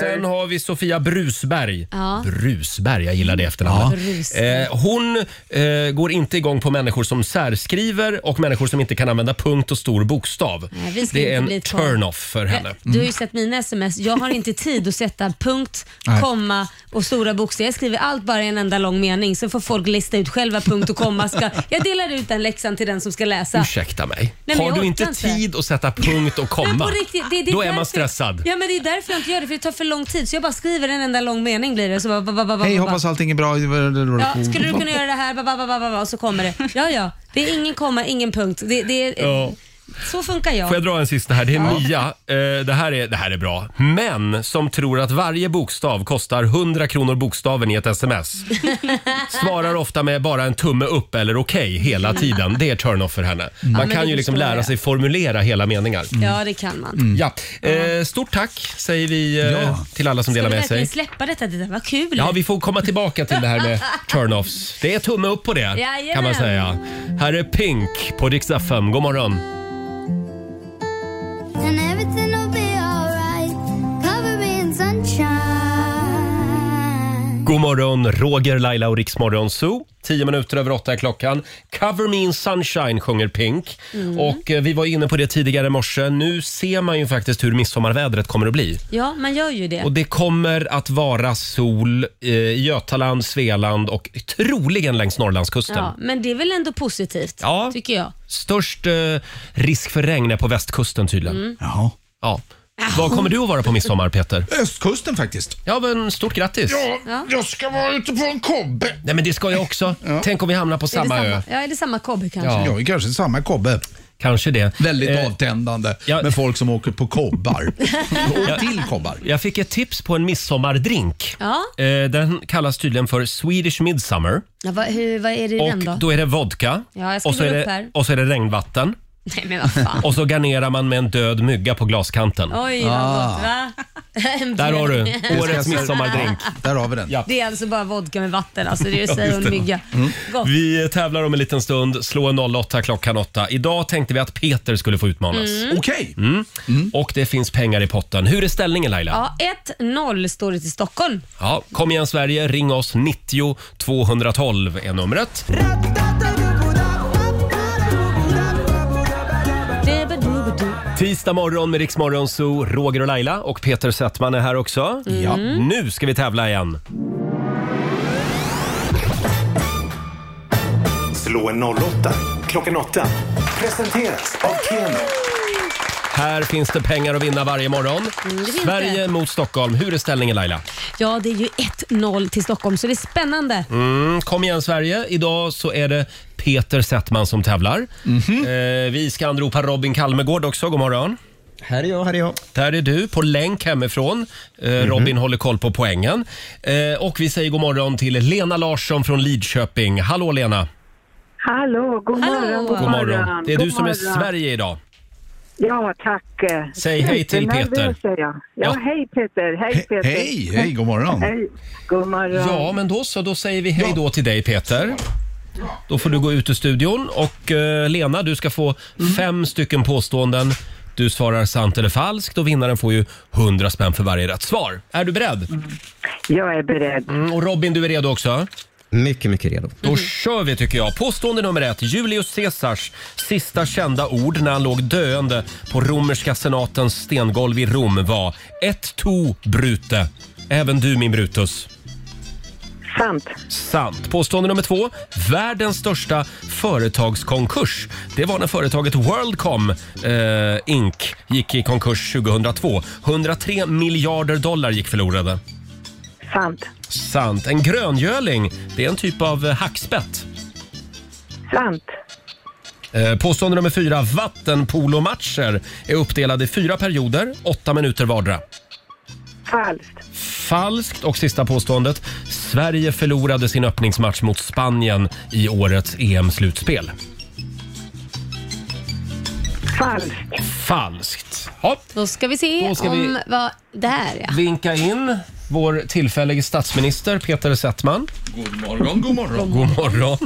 Sen har vi Sofia Brusberg.
Ja.
Brusberg, jag gillar det efternamnet.
Ja. Brusberg.
Eh, hon eh, går inte igång på människor som särskriver och människor som inte kan använda punkt och stor bokstav.
Nej, vi ska
det
inte
är
bli
en
ett par.
turn-off för henne.
Jag- Eh, Du har ju sett mina sms. Jag har inte tid att sätta punkt,
Nej.
komma och stora bokstäver. Jag skriver allt bara i en enda lång mening. Sen får folk lista ut själva punkt och komma. Ska, jag delar ut den läxan till den som ska läsa.
Ursäkta mig.
men
har
jag
du
orkar
inte,
inte.
tid att sätta punkt och
Men
komma,
på riktigt, det- det
då är
därför-
man stressad.
Ja, men det är därför jag inte gör det, för det tar för lång tid. Så jag bara skriver en enda lång mening blir det. Så bara, ba, ba, ba, ba,
Hej,
ba.
hoppas allting är bra.
Ja, skulle du kunna göra det här? Ba, ba, ba, ba, ba, ba, och så kommer det. Ja, ja. Det är ingen komma, ingen punkt. Det, det är,
Ja.
Så funkar jag.
Får jag dra en sista här? Det är Mia. Eh, det, här är, det här är bra. Män som tror att varje bokstav kostar 100 kronor bokstaven i ett sms
*laughs*
svarar ofta med bara en tumme upp eller okej hela
Mm.
tiden. Det är turn-off för henne.
Ja,
Man
men
kan
det
ju liksom
förstår
lära
jag.
sig formulera hela meningar.
Ja, det kan man.
Mm. Ja. Eh, stort tack säger vi eh, till alla som
Ska
delar
vi
med
verkligen
sig.
släppa detta? Det där var kul.
Ja, vi får komma tillbaka till det här
*laughs*
med turn-offs. Det är tumme upp på det kan man
Jajamän.
säga. Här är Pink på Dix FM. God morgon.
And everything will be alright. Cover me in sunshine.
God morgon, Roger, Laila och Riksmorgon Zoo. Tio minuter över åtta är klockan. Cover me in sunshine sjunger Pink.
Mm.
Och eh, vi var inne på det tidigare i morse. Nu ser man ju faktiskt hur midsommarvädret kommer att bli.
Ja, man gör ju det.
Och det kommer att vara sol eh, i Götaland, Svealand och troligen längs Norrlandskusten.
ja, men det är väl ändå positivt,
Ja.
tycker jag.
Störst eh, risk för regn är på västkusten tydligen.
Mm.
Jaha.
Ja. Vad kommer du att vara på midsommar, Peter?
Östkusten faktiskt.
Ja, men stort grattis.
Ja.
Jag ska vara ute på en kobbe.
Nej, men det ska jag också. Tänk om vi hamnar på samma,
är det
ö.
samma? Ja, är det samma kobbe kanske?
Ja, kanske samma kobbe.
Kanske det.
Väldigt avtändande med folk som åker på
*laughs*
kobbar. Och till kobbar.
Jag fick ett tips på en midsommardrink.
Ja.
Eh, Den kallas tydligen för Swedish Midsummer.
Ja, vad, hur, vad är det i den då?
Och då är det vodka
Ja, jag
och, så är
skriver upp
det,
här.
och så är det regnvatten.
Nej men vad
*laughs*
fan.
Och så garnerar man med en död mygga på glaskanten.
Oj, vad gott va? En
Ah. Där
*laughs*
har du
björn.
årets midsommardrink.
Där har vi den.
Ja.
Det är alltså bara vodka med vatten,
*laughs*
alltså det är
Ja,
säger
just
hon
det.
mygga.
Mm.
Gott.
Vi tävlar om en liten stund. Slå en 08 klockan 8. Idag tänkte vi att Peter skulle få utmanas.
Mm.
Okej.
Mm. Och det finns pengar i potten. Hur är ställningen Laila?
Ja, 1-0 står det till Stockholm.
Ja, kom igen Sverige, ring oss 90 212 är numret. Tisdag morgon med Riksmorgon Zoo, Roger och Laila och Peter Settman är här också.
Ja.
Nu ska vi tävla igen.
Slå en 08 klockan 8. Presenteras av Keno.
Här finns det pengar att vinna varje morgon.
Mm, det finns
Sverige
det.
mot Stockholm. Hur är ställningen Laila?
Ja, det är ju 1-0 till Stockholm, så det är spännande.
Mm, kom igen Sverige. Idag så är det Peter Settman som tävlar. Eh, vi ska anropa Robin Kalmegård också. God morgon. Här är jag, här är jag. Där är du, på länk hemifrån. Eh, Robin håller koll på poängen. Eh, och vi säger god morgon till Lena Larsson från Lidköping. Hallå Lena!
Hallå, god morgon.
God morgon. Det är
god
du som är
morgon.
Sverige idag.
Ja, tack.
Säg hej till
Supernervös
Peter.
är jag. Ja,
Ja.
hej Peter. Hej Peter.
hej, hej, god morgon.
Hej, god morgon.
Ja, men då så. Då säger vi hej då till dig Peter. Då får du gå ut ur studion och eh, Lena, du ska få fem stycken påståenden. Du svarar sant eller falskt och vinnaren får ju 100 spänn för varje rätt svar. Är du beredd?
Jag är beredd. Mhm.
Mm, och Robin, du är redo också?
Mycket, mycket redo.
Då kör vi tycker jag. Påstående nummer ett. Julius Caesars sista kända ord när han låg döende på romerska senatens stengolv i Rom var ett to brute. Även du min Brutus.
Sant.
Sant. Påstående nummer två. Världens största företagskonkurs. Det var när företaget Worldcom eh, Inc. gick i konkurs 2002. 103 miljarder dollar gick förlorade.
Sant.
Sant. En gröngöling, det är en typ av eh, hackspett.
Sant.
Eh, Påstående nummer fyra. Vattenpolomatcher är uppdelade i fyra perioder, åtta minuter vardera.
Falskt.
Falskt. Och sista påståendet. Sverige förlorade sin öppningsmatch mot Spanien i årets EM-slutspel.
Falskt.
Falskt. Ja.
Då ska vi se
Då ska
om
vi-
vad... Där ja.
Vinka in vår tillfällige statsminister Peter Settman.
God morgon, god morgon.
God morgon.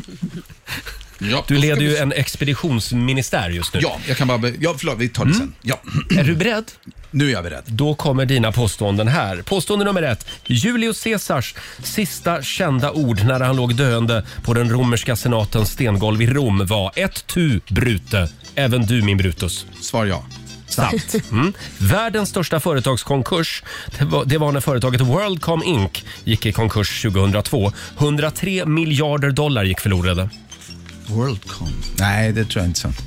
du
då ska
leder ju
vi-
en expeditionsministär just nu.
Ja, jag kan bara... be- Ja, förlåt, vi tar det
Mm.
sen. Ja. *clears throat*
Är du beredd?
Nu är jag beredd.
Då kommer dina påståenden här. Påstående nummer ett. Julius Caesars sista kända ord när han låg döende på den romerska senatens stengolv i Rom var ett tu brute, även du min Brutus.
Svar ja.
Sant. Mm. Världens största företagskonkurs, det var, det var när företaget Worldcom Inc gick i konkurs 2002. 103 miljarder dollar gick förlorade.
Worldcom. Nej, det tror jag inte är sant.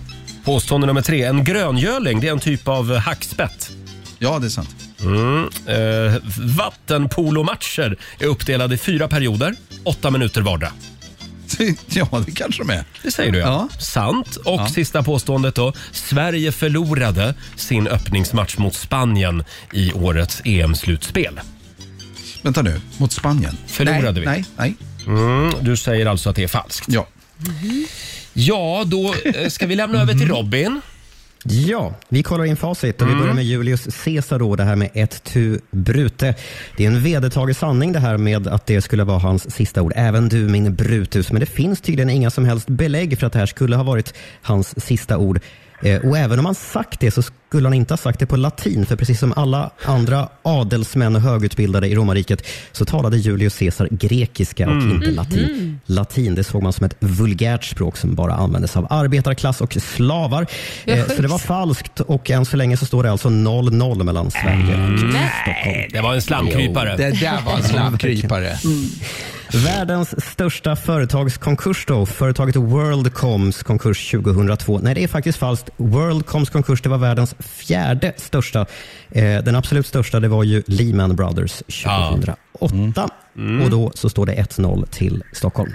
Påstående nummer tre. En gröngöling, det är en typ av hackspett.
Ja, det är sant. *laughs*
Mm. Eh, vattenpolomatcher är uppdelade i fyra perioder, åtta minuter vardera.
Ja, det kanske de är.
Det säger du ja. Sant. Och
Ja.
sista påståendet då. Sverige förlorade sin öppningsmatch mot Spanien i årets EM-slutspel.
Vänta nu, mot Spanien?
Förlorade
nej,
vi?
Nej, nej.
Mm, du säger alltså att det är falskt?
Ja.
Ja, då eh, ska vi lämna över till Robin.
Ja, vi kollar in facit och vi
Mm.
börjar med Julius Caesar då, det här med ett tu brute. Det är en vedertagen sanning det här med att det skulle vara hans sista ord, även du min Brutus, men det finns tydligen inga som helst belägg för att det här skulle ha varit hans sista ord.
Eh, Och även om han sagt det så skulle han inte ha sagt det på latin, för precis som alla andra adelsmän och högutbildade i romarriket så talade Julius Caesar grekiska och
Mm.
inte latin.
Mhm.
Latin det såg man som ett vulgärt språk som bara användes av arbetarklass och slavar.
Ja,
Eh, Så det var
sjukt.
falskt och än så länge så står det alltså 0-0 mellan
Äh.
Sverige och Stockholm.
Det var en slamkrypare.
Jo,
*laughs*
det där var en slamkrypare. Världens största företagskonkurs då, företaget Worldcoms konkurs 2002. Nej, det är faktiskt falskt. Worldcoms konkurs det var världens fjärde största. Eh, den absolut största det var ju Lehman Brothers 2008. Och då så står det 1-0 till Stockholm.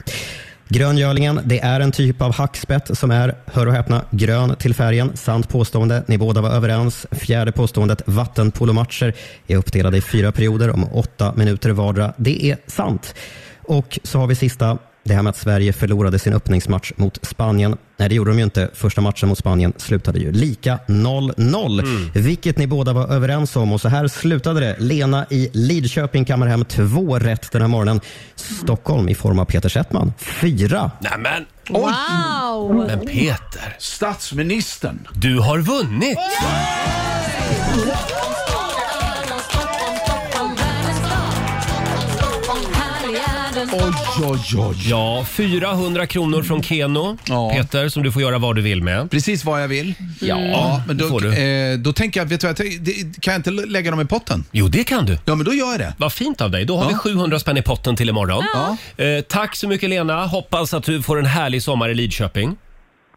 Gröngölingen, det är en typ av hackspett som är, hör och häpna, grön till färgen. Sant påstående, ni båda var överens. Fjärde påståendet, vattenpolomatcher är uppdelade i fyra perioder om åtta minuter vardera. Det är sant. Och så har vi sista, det här med att Sverige förlorade sin öppningsmatch mot Spanien. Nej, det gjorde de ju inte. Första matchen mot Spanien slutade ju lika 0-0, Mm. vilket ni båda var överens om. Och så här slutade det. Lena i Lidköping kammar hem två rätt den här morgonen. Stockholm i form av Peter Settman, fyra.
Nämen!
Wow!
Men Peter.
Statsministern.
Du har vunnit!
Oj, oj, oj.
Ja, 400 kronor från Keno, Peter, som du får göra vad du vill med.
Precis vad jag vill. Mm.
Ja,
Ja, men
får
då,
du.
eh, då tänker jag, vet du vad, jag tänker? Det- kan jag inte lägga dem i potten?
Jo, det kan du.
Ja, men då gör jag det.
Vad fint av dig. Då har vi 700 spänn i potten till imorgon. Eh, tack så mycket Lena. Hoppas att du får en härlig sommar i Lidköping.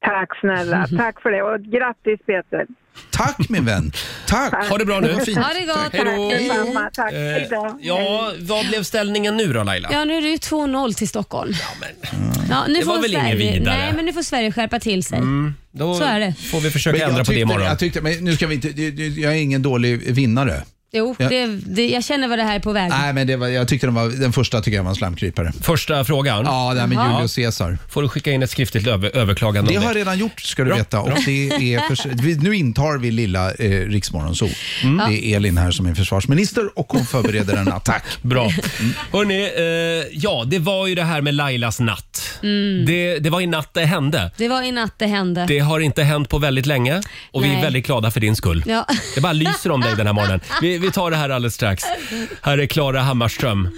Tack snälla.
Mhm.
Tack för det och grattis Peter.
Tack
*laughs*
min vän. Tack.
Ha det bra nu.
Vad fint. Ha det gott.
Hej då.
Tack, detsamma. Tack. Hej då.
Eh, ja, vad blev ställningen nu då Laila?
Ja, nu är det ju 2-0 till Stockholm. Ja, nu
Det var
får
väl
Sverige,
ingen vidare?
Nej, men nu får Sverige skärpa till sig.
Mm, då
Så är det.
får vi försöka
Men jag
ändra på det
tyckte-
imorgon.
Jag tyckte, men nu ska vi inte, det- det- jag är ingen dålig vinnare.
Jo,
Ja.
det, det, jag känner vad det här är på väg.
Nej, men det var, jag tyckte den, var, den första tycker jag var en slamkrypare.
Första frågan?
Ja, det här med
Jaha.
Julius Caesar.
Får du skicka in ett skriftligt över- överklagande
Det
om
har jag redan gjort ska du
Bra,
veta. Och
bra.
det är förs- vi, nu intar vi lilla eh, Riksmorgonzoo.
Mm.
Det är Elin här som är försvarsminister och hon
*laughs*
förbereder en attack.
Bra. Hörrni, eh, ja det var ju det här med Lailas natt.
Mm.
Det, det var i natt det hände.
Det var i natt det hände.
Det har inte hänt på väldigt länge och vi är
Nej.
väldigt glada för din skull.
Ja. *laughs*
Det bara lyser om dig den här morgonen. Vi, vi tar det här alldeles strax. Här är Klara Hammarström.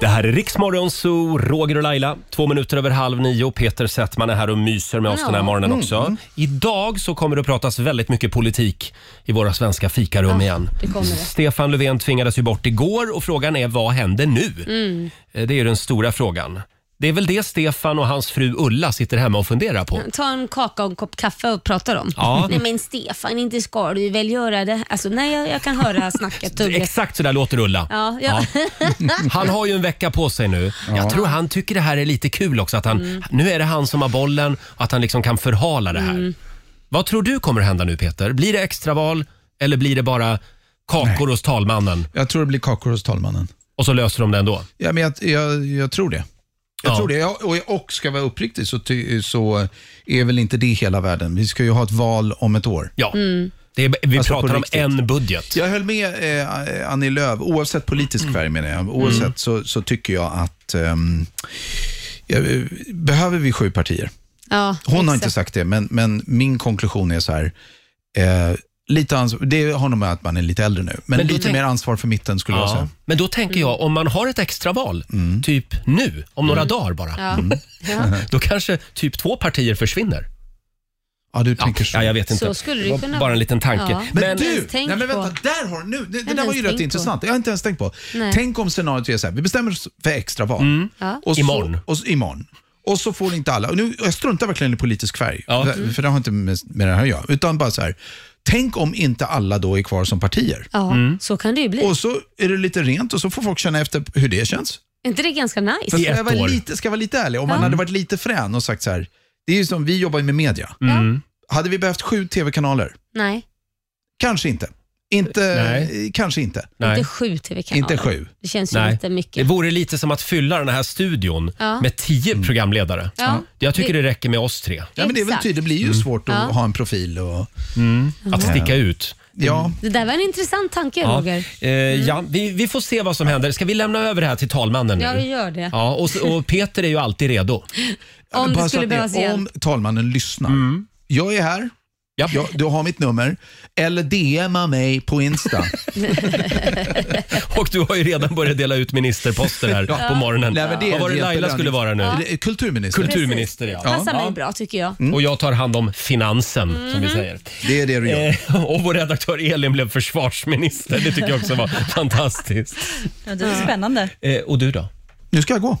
Det här är Riksmorgon Zoo, Roger och Laila. Två minuter över halv nio. Peter Settman är här och myser med oss
Ja.
den här morgonen
Mm.
också. Idag så kommer det att pratas väldigt mycket politik i våra svenska fikarum
Ja,
igen.
det kommer det.
Stefan Löfven tvingades ju bort igår och frågan är vad händer nu?
Mm.
Eh, Det är ju den stora frågan. Det är väl det Stefan och hans fru Ulla sitter hemma och funderar på.
Ta en kaka och en kopp kaffe och prata om.
Ja.
Nej men Stefan, inte ska du väl göra det? Alltså, nej, jag, jag kan höra
*laughs*
snacket. tugget.
Exakt så där låter Ulla.
Ja, ja.
Han har ju en vecka på sig nu. Jag tror han tycker det här är lite kul också. Att han,
Mm.
Nu är det han som har bollen och att han liksom kan förhala det här.
Mm.
Vad tror du kommer hända nu Peter? Blir det extraval eller blir det bara kakor hos talmannen?
Jag tror det blir kakor hos talmannen.
Och så löser de det ändå?
Ja, men jag, jag, jag tror det. Jag
Ja.
tror det. Jag, och, och ska jag vara uppriktig så, ty, så är väl inte det hela världen. Vi ska ju ha ett val om ett år.
Ja. Det är, vi
Alltså, på
pratar om
riktigt.
en budget.
Jag höll med eh, Annie Lööf, oavsett politisk färg menar jag, oavsett
Mm.
så, så tycker jag att ehm, ja, eh, behöver vi sju partier?
Ja,
Hon har
exakt.
inte sagt det, men, men min konklusion är så här, eh, lite ansvar, det har nog med att man är lite äldre nu, men,
Men då
lite
tänk-
mer ansvar för mitten skulle jag
Ja.
säga. Mm.
Men då tänker jag, om man har ett extraval, typ nu, om några dagar bara,
Ja.
då kanske typ två partier försvinner.
Ja, du tänker så.
Ja, jag vet inte.
Så skulle det
var
kunna
Bara
vara.
en liten tanke.
Ja.
Men,
Men-
du,
Ens
nej,
tänkt
men vänta,
på.
där har nu, det, det
Inte
där var
ens
ju rätt
tänkt på.
intressant. Jag har inte ens tänkt på.
Nej. Mm.
Tänk om scenariot är så här, vi bestämmer oss för extraval.
Ja.
Och så,
Imorgon.
Och, så- imorgon. Och så får inte alla, och nu, jag struntar verkligen i politisk färg, för, för det har inte med, med det här att göra, utan bara så här, tänk om inte alla då är kvar som partier.
Ja,
Mm.
så kan det ju bli.
Och så är det lite rent och så får folk känna efter hur det känns.
Är inte det ganska nice?
För ska, jag vara lite, ska jag vara lite ärlig, om man
Ja.
hade varit lite frän och sagt så här, det är ju som vi jobbar ju med media.
Mm.
Hade vi behövt sju tv-kanaler?
Nej,
Kanske inte. Inte,
Nej.
eh, kanske inte.
inte sju TV-kanaler.
Inte
sju.
Det känns ju
Nej.
lite mycket.
Det vore lite som att fylla den här studion
Ja.
med tio
Mm.
programledare.
Ja.
Jag tycker det
Det-
räcker med oss tre.
Ja, men det är väl
Exakt.
tydligt, det blir ju
Mm.
svårt att
Ja.
ha en profil och...
Att sticka ut.
Ja.
Det där var en intressant tanke Roger. Mm.
Eh, ja, vi, vi får se vad som händer. Ska vi lämna över det här till talmannen nu?
Ja, vi gör det.
Ja, och, och Peter är ju alltid
*laughs*
redo.
Om det
Bara så
skulle
att ni-
behövas hjälp.
Om talmannen lyssnar. Jag är här. Jag, du har mitt nummer. Eller DMa mig på Insta.
Och du har ju redan börjat dela ut ministerposter här
Ja.
på morgonen.
Nej, men det är
Vad var det
en
Laila
jättebra
skulle vara nu?
Ja.
eh, Kulturminister.
Kulturminister, ja.
Precis. Passar
Ja.
mig bra tycker jag.
Mm.
Och jag tar hand om finansen, som vi
Mhm.
säger. Eh,
Det är det du gör.
och vår redaktör Elin blev försvarsminister. Det tycker jag också
*laughs*
var fantastiskt.
Ja, det är spännande.
Eh, och du då?
Nu ska jag gå.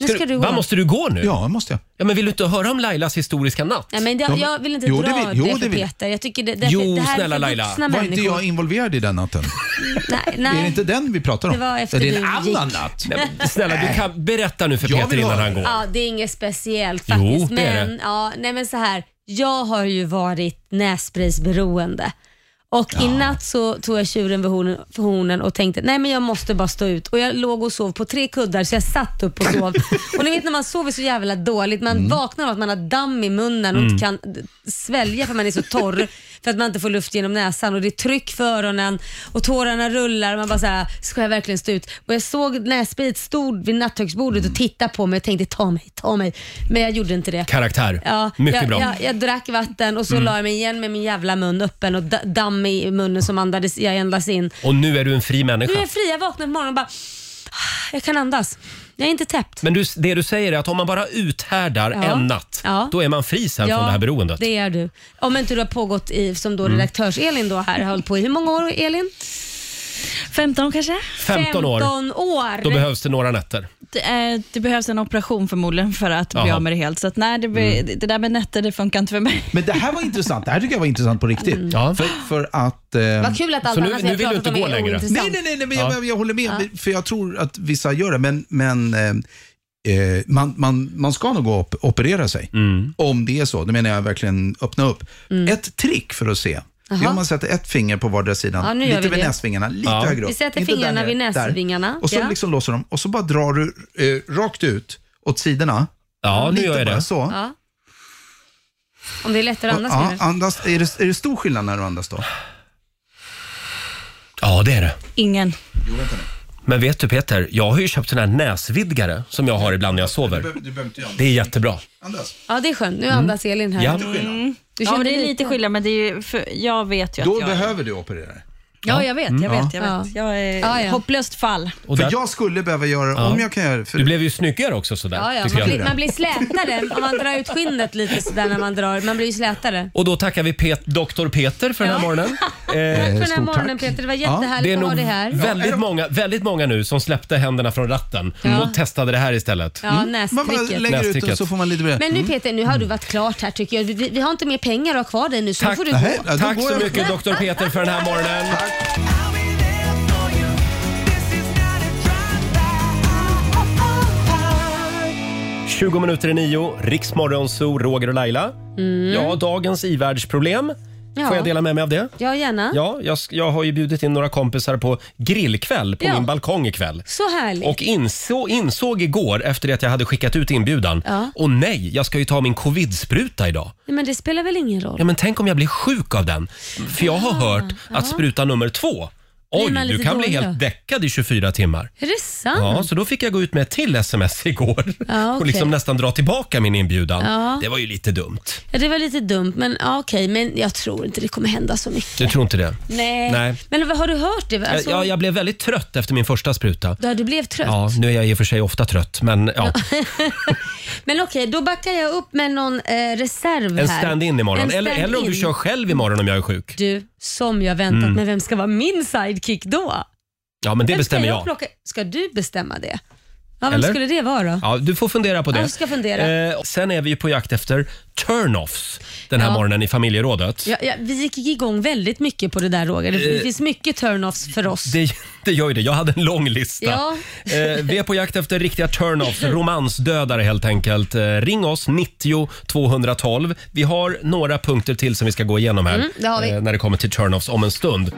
Nu ska du gå.
Va, måste du gå nu?
Ja, måste jag.
Ja, men vill du inte höra om Lailas historiska natt?
Nej, men jag, jag vill inte
Jo, det
dra det,
vill- jo,
för
det vill-
Peter. Jag tycker det, det,
Jo,
det här
snälla
är för
Laila.
vuxna
Var
människor.
inte jag involverad i den natten?
Nej,
Är det
nej.
inte den vi pratar om?
Det var efter
det är
du
en annan
gick.
natt.
Nej,
*laughs*
men
Snälla, du kan berätta nu för
Jag
Peter
vill
innan
höra.
han går.
Ja, det är inget speciellt
Jo,
faktiskt.
det är
men,
det.
Ja, nej, men så här. Jag har ju varit nässprejsberoende. Och i natt så tog jag tjuren vid hornen, för hornen och tänkte nej men jag måste bara stå ut. Och Jag låg och sov på tre kuddar så jag satt upp och sov. och ni vet när man sover så jävla dåligt, man vaknar av att man har damm i munnen och
Mm.
inte kan d- svälja för man är så torr. för att man inte får luft genom näsan och det är tryck för öronen och tårarna rullar. Och man bara så här, ska jag verkligen stå ut? Och jag såg nässprit stod vid nattduksbordet och tittade på mig och tänkte ta mig, ta mig. Men jag gjorde inte det.
Karaktär.
Ja,
Mycket
jag,
bra.
Jag, jag drack vatten och så
Mm.
la jag mig igen med min jävla mun öppen och da- damm i munnen som andades, jag andades in.
Och nu är du en fri människa.
Nu är jag fri, jag vaknade på morgonen och bara, "Ah, jag kan andas. Jag är inte täppt.
Men du, det du säger är att om man bara uthärdar
Ja.
en natt,
Ja.
då är man fri sen från det här beroendet.
det är du. Om inte du har pågått i, som då
Mm.
redaktörs-Elin då här, har hållit på i hur många år Elin?
15 kanske?
15 år.
15 år.
Då behövs det några nätter.
Det, är, det behövs en operation förmodligen för att bli
Jaha. Mm.
av med det helt. Så att, nej, det, blir, det- det där med nätter det funkar inte för mig.
Men det här var intressant. Det här tycker jag var intressant på riktigt.
Mm.
För, för att... Eh,
Vad kul att allt Så nu- annat vi nu har vill du pratat inte om gå är längre?
Nej,
ointressant.
nej, nej, nej men jag,
Ja.
jag, jag håller med.
Ja.
För jag tror att vissa gör det, men, men eh, eh, man, man, man ska nog gå och op- operera sig.
Mm.
Om det är så. Då menar jag verkligen öppna upp.
Mm.
Ett trick för att se. Det är
Jaha.
om man sätter ett finger på vardera sidan,
Ja, nu gör
lite
vi
vid
det.
näsvingarna, lite högre upp.
Vi sätter
Inte där
fingrarna
nere,
vid
där.
näsvingarna.
Och så
ja.
liksom låser de och så bara drar du eh, rakt ut åt sidorna.
Ja, nu
lite
gör jag
bara
det.
Så.
Ja. Om det är lättare att andas
Ja,
menar du?
andas, är, det, är det stor skillnad när du andas då?
Ja, det är det.
Ingen.
Men vet du Peter, jag har ju köpt en här näsvidgare som jag har ibland när jag sover. Det är jättebra.
Ja, det är skönt. Nu andas Elin här.
Ja.
Mm. Du
Ja,
känner
men det är
dig
lite skillnad, men det är ju, för jag vet ju att
Då
jag...
behöver du operera dig.
Ja, jag vet, jag
Mm.
vet, jag
Ja.
vet. Jag är
Ja, ja.
hopplöst fall.
för jag skulle behöva göra
Ja.
om jag kan göra det. För...
Du blev ju snyggare också sådär.
Ja, ja.
tycker
Man,
jag.
blir, man blir slätare om man drar ut skinnet lite sådär när man drar. Man blir ju slätare.
Och då tackar vi Pet, Dr. Peter för den här
Ja. *laughs*
morgonen.
Tack för den här morgonen Peter, det var jättehärligt
det är
att
nog
ha dig här.
Väldigt, många, väldigt många nu som släppte händerna från ratten
Ja.
och testade det här istället.
Ja, nästricket. Man bara lägger ut och
Nästricket.
så får Mm. man lite mer-
Men nu Peter, nu har du varit klart här tycker jag. Vi, vi har inte mer pengar att ha kvar dig nu så
Tack,
nu får du
Nej,
gå.
tack så mycket Dr. Peter för den här morgonen. Tack. 20 minuter i nio, Riksmorgonzoo, Roger och Laila.
Mm.
Ja, dagens ivärldsproblem. Får jag dela med mig av det?
Ja, gärna.
Ja, jag, sk- jag har ju bjudit in några kompisar på grillkväll på
Ja.
min balkong ikväll.
Så härligt.
Och inså, insåg igår efter det att jag hade skickat ut inbjudan.
Ja.
Och nej, jag ska ju ta min covid-spruta idag.
Nej, men det spelar väl ingen roll?
Ja, men tänk om jag blir sjuk av den? För jag har hört att spruta nummer två,
Blir
oj,
man
du
lite
kan bli
dålig
helt
då?
däckad i 24 timmar.
Är det sant?
Ja, så då fick jag gå ut med ett till sms *laughs* igår
Ja, okej.
och liksom nästan dra tillbaka min inbjudan.
Ja.
Det var ju lite dumt.
Ja, det var lite dumt, men ja, okej, men jag tror inte det kommer hända så mycket.
Du tror inte det?
Nej.
Nej.
Men vad har du hört det? Alltså,
Jag, jag blev väldigt trött efter min första spruta.
ja, du blev trött.
Ja, nu är jag i och för sig ofta trött, men ja.
Men okej, då backar jag upp med någon eh, reserv
En
här.
stand-in imorgon.
En
eller, eller om du
stand-in.
kör själv imorgon om jag är sjuk.
Du, som jag väntat,
Mm.
men vem ska vara min sidekick då?
Ja, men det
Vem
bestämmer
ska
jag.
Plocka? Ska du bestämma det? Ja, vem
Eller?
skulle det vara då?
Ja, du får fundera på det.
Ja, jag ska fundera.
Eh, sen är vi ju på jakt efter turn-offs den här
Ja.
morgonen i familjerådet.
Ja, ja, vi gick igång väldigt mycket på det där Roger. Det
Eh,
finns mycket turn-offs för oss.
Det, *laughs* det gör ju det. Jag hade en lång lista.
Ja.
Eh, vi är på jakt efter riktiga
*laughs*
turn-offs, romansdödare helt enkelt. Eh, ring oss, 90 212. Vi har några punkter till som vi ska gå igenom här
Mm, det har vi.
eh, när det kommer till turn-offs om en stund.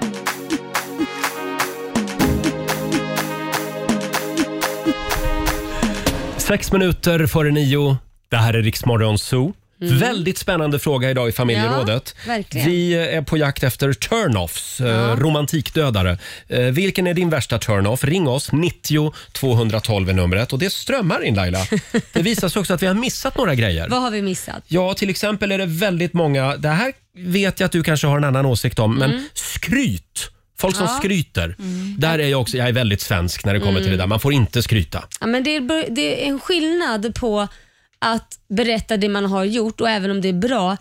Sex minuter före nio. Det här är Riksmorgon Zoo.
Mm.
Väldigt spännande fråga idag i familjerådet.
Ja, verkligen.
Vi är på jakt efter turn-offs, eh, romantikdödare. Eh, vilken är din värsta turn-off? Ring oss, 90 212 är numret. Och det strömmar in
*laughs*
Laila. Det visar sig också att vi har missat några grejer.
Vad har vi missat?
Ja, till exempel är det väldigt många, det här vet jag att du kanske har en annan åsikt om, men
Mm.
skryt. Folk som
Ja.
skryter. Där är jag också, jag är väldigt svensk när det kommer till det
Mm.
där. Man får inte skryta.
Ja, men det, är, bör- det är en skillnad på att berätta det man har gjort och även om det är bra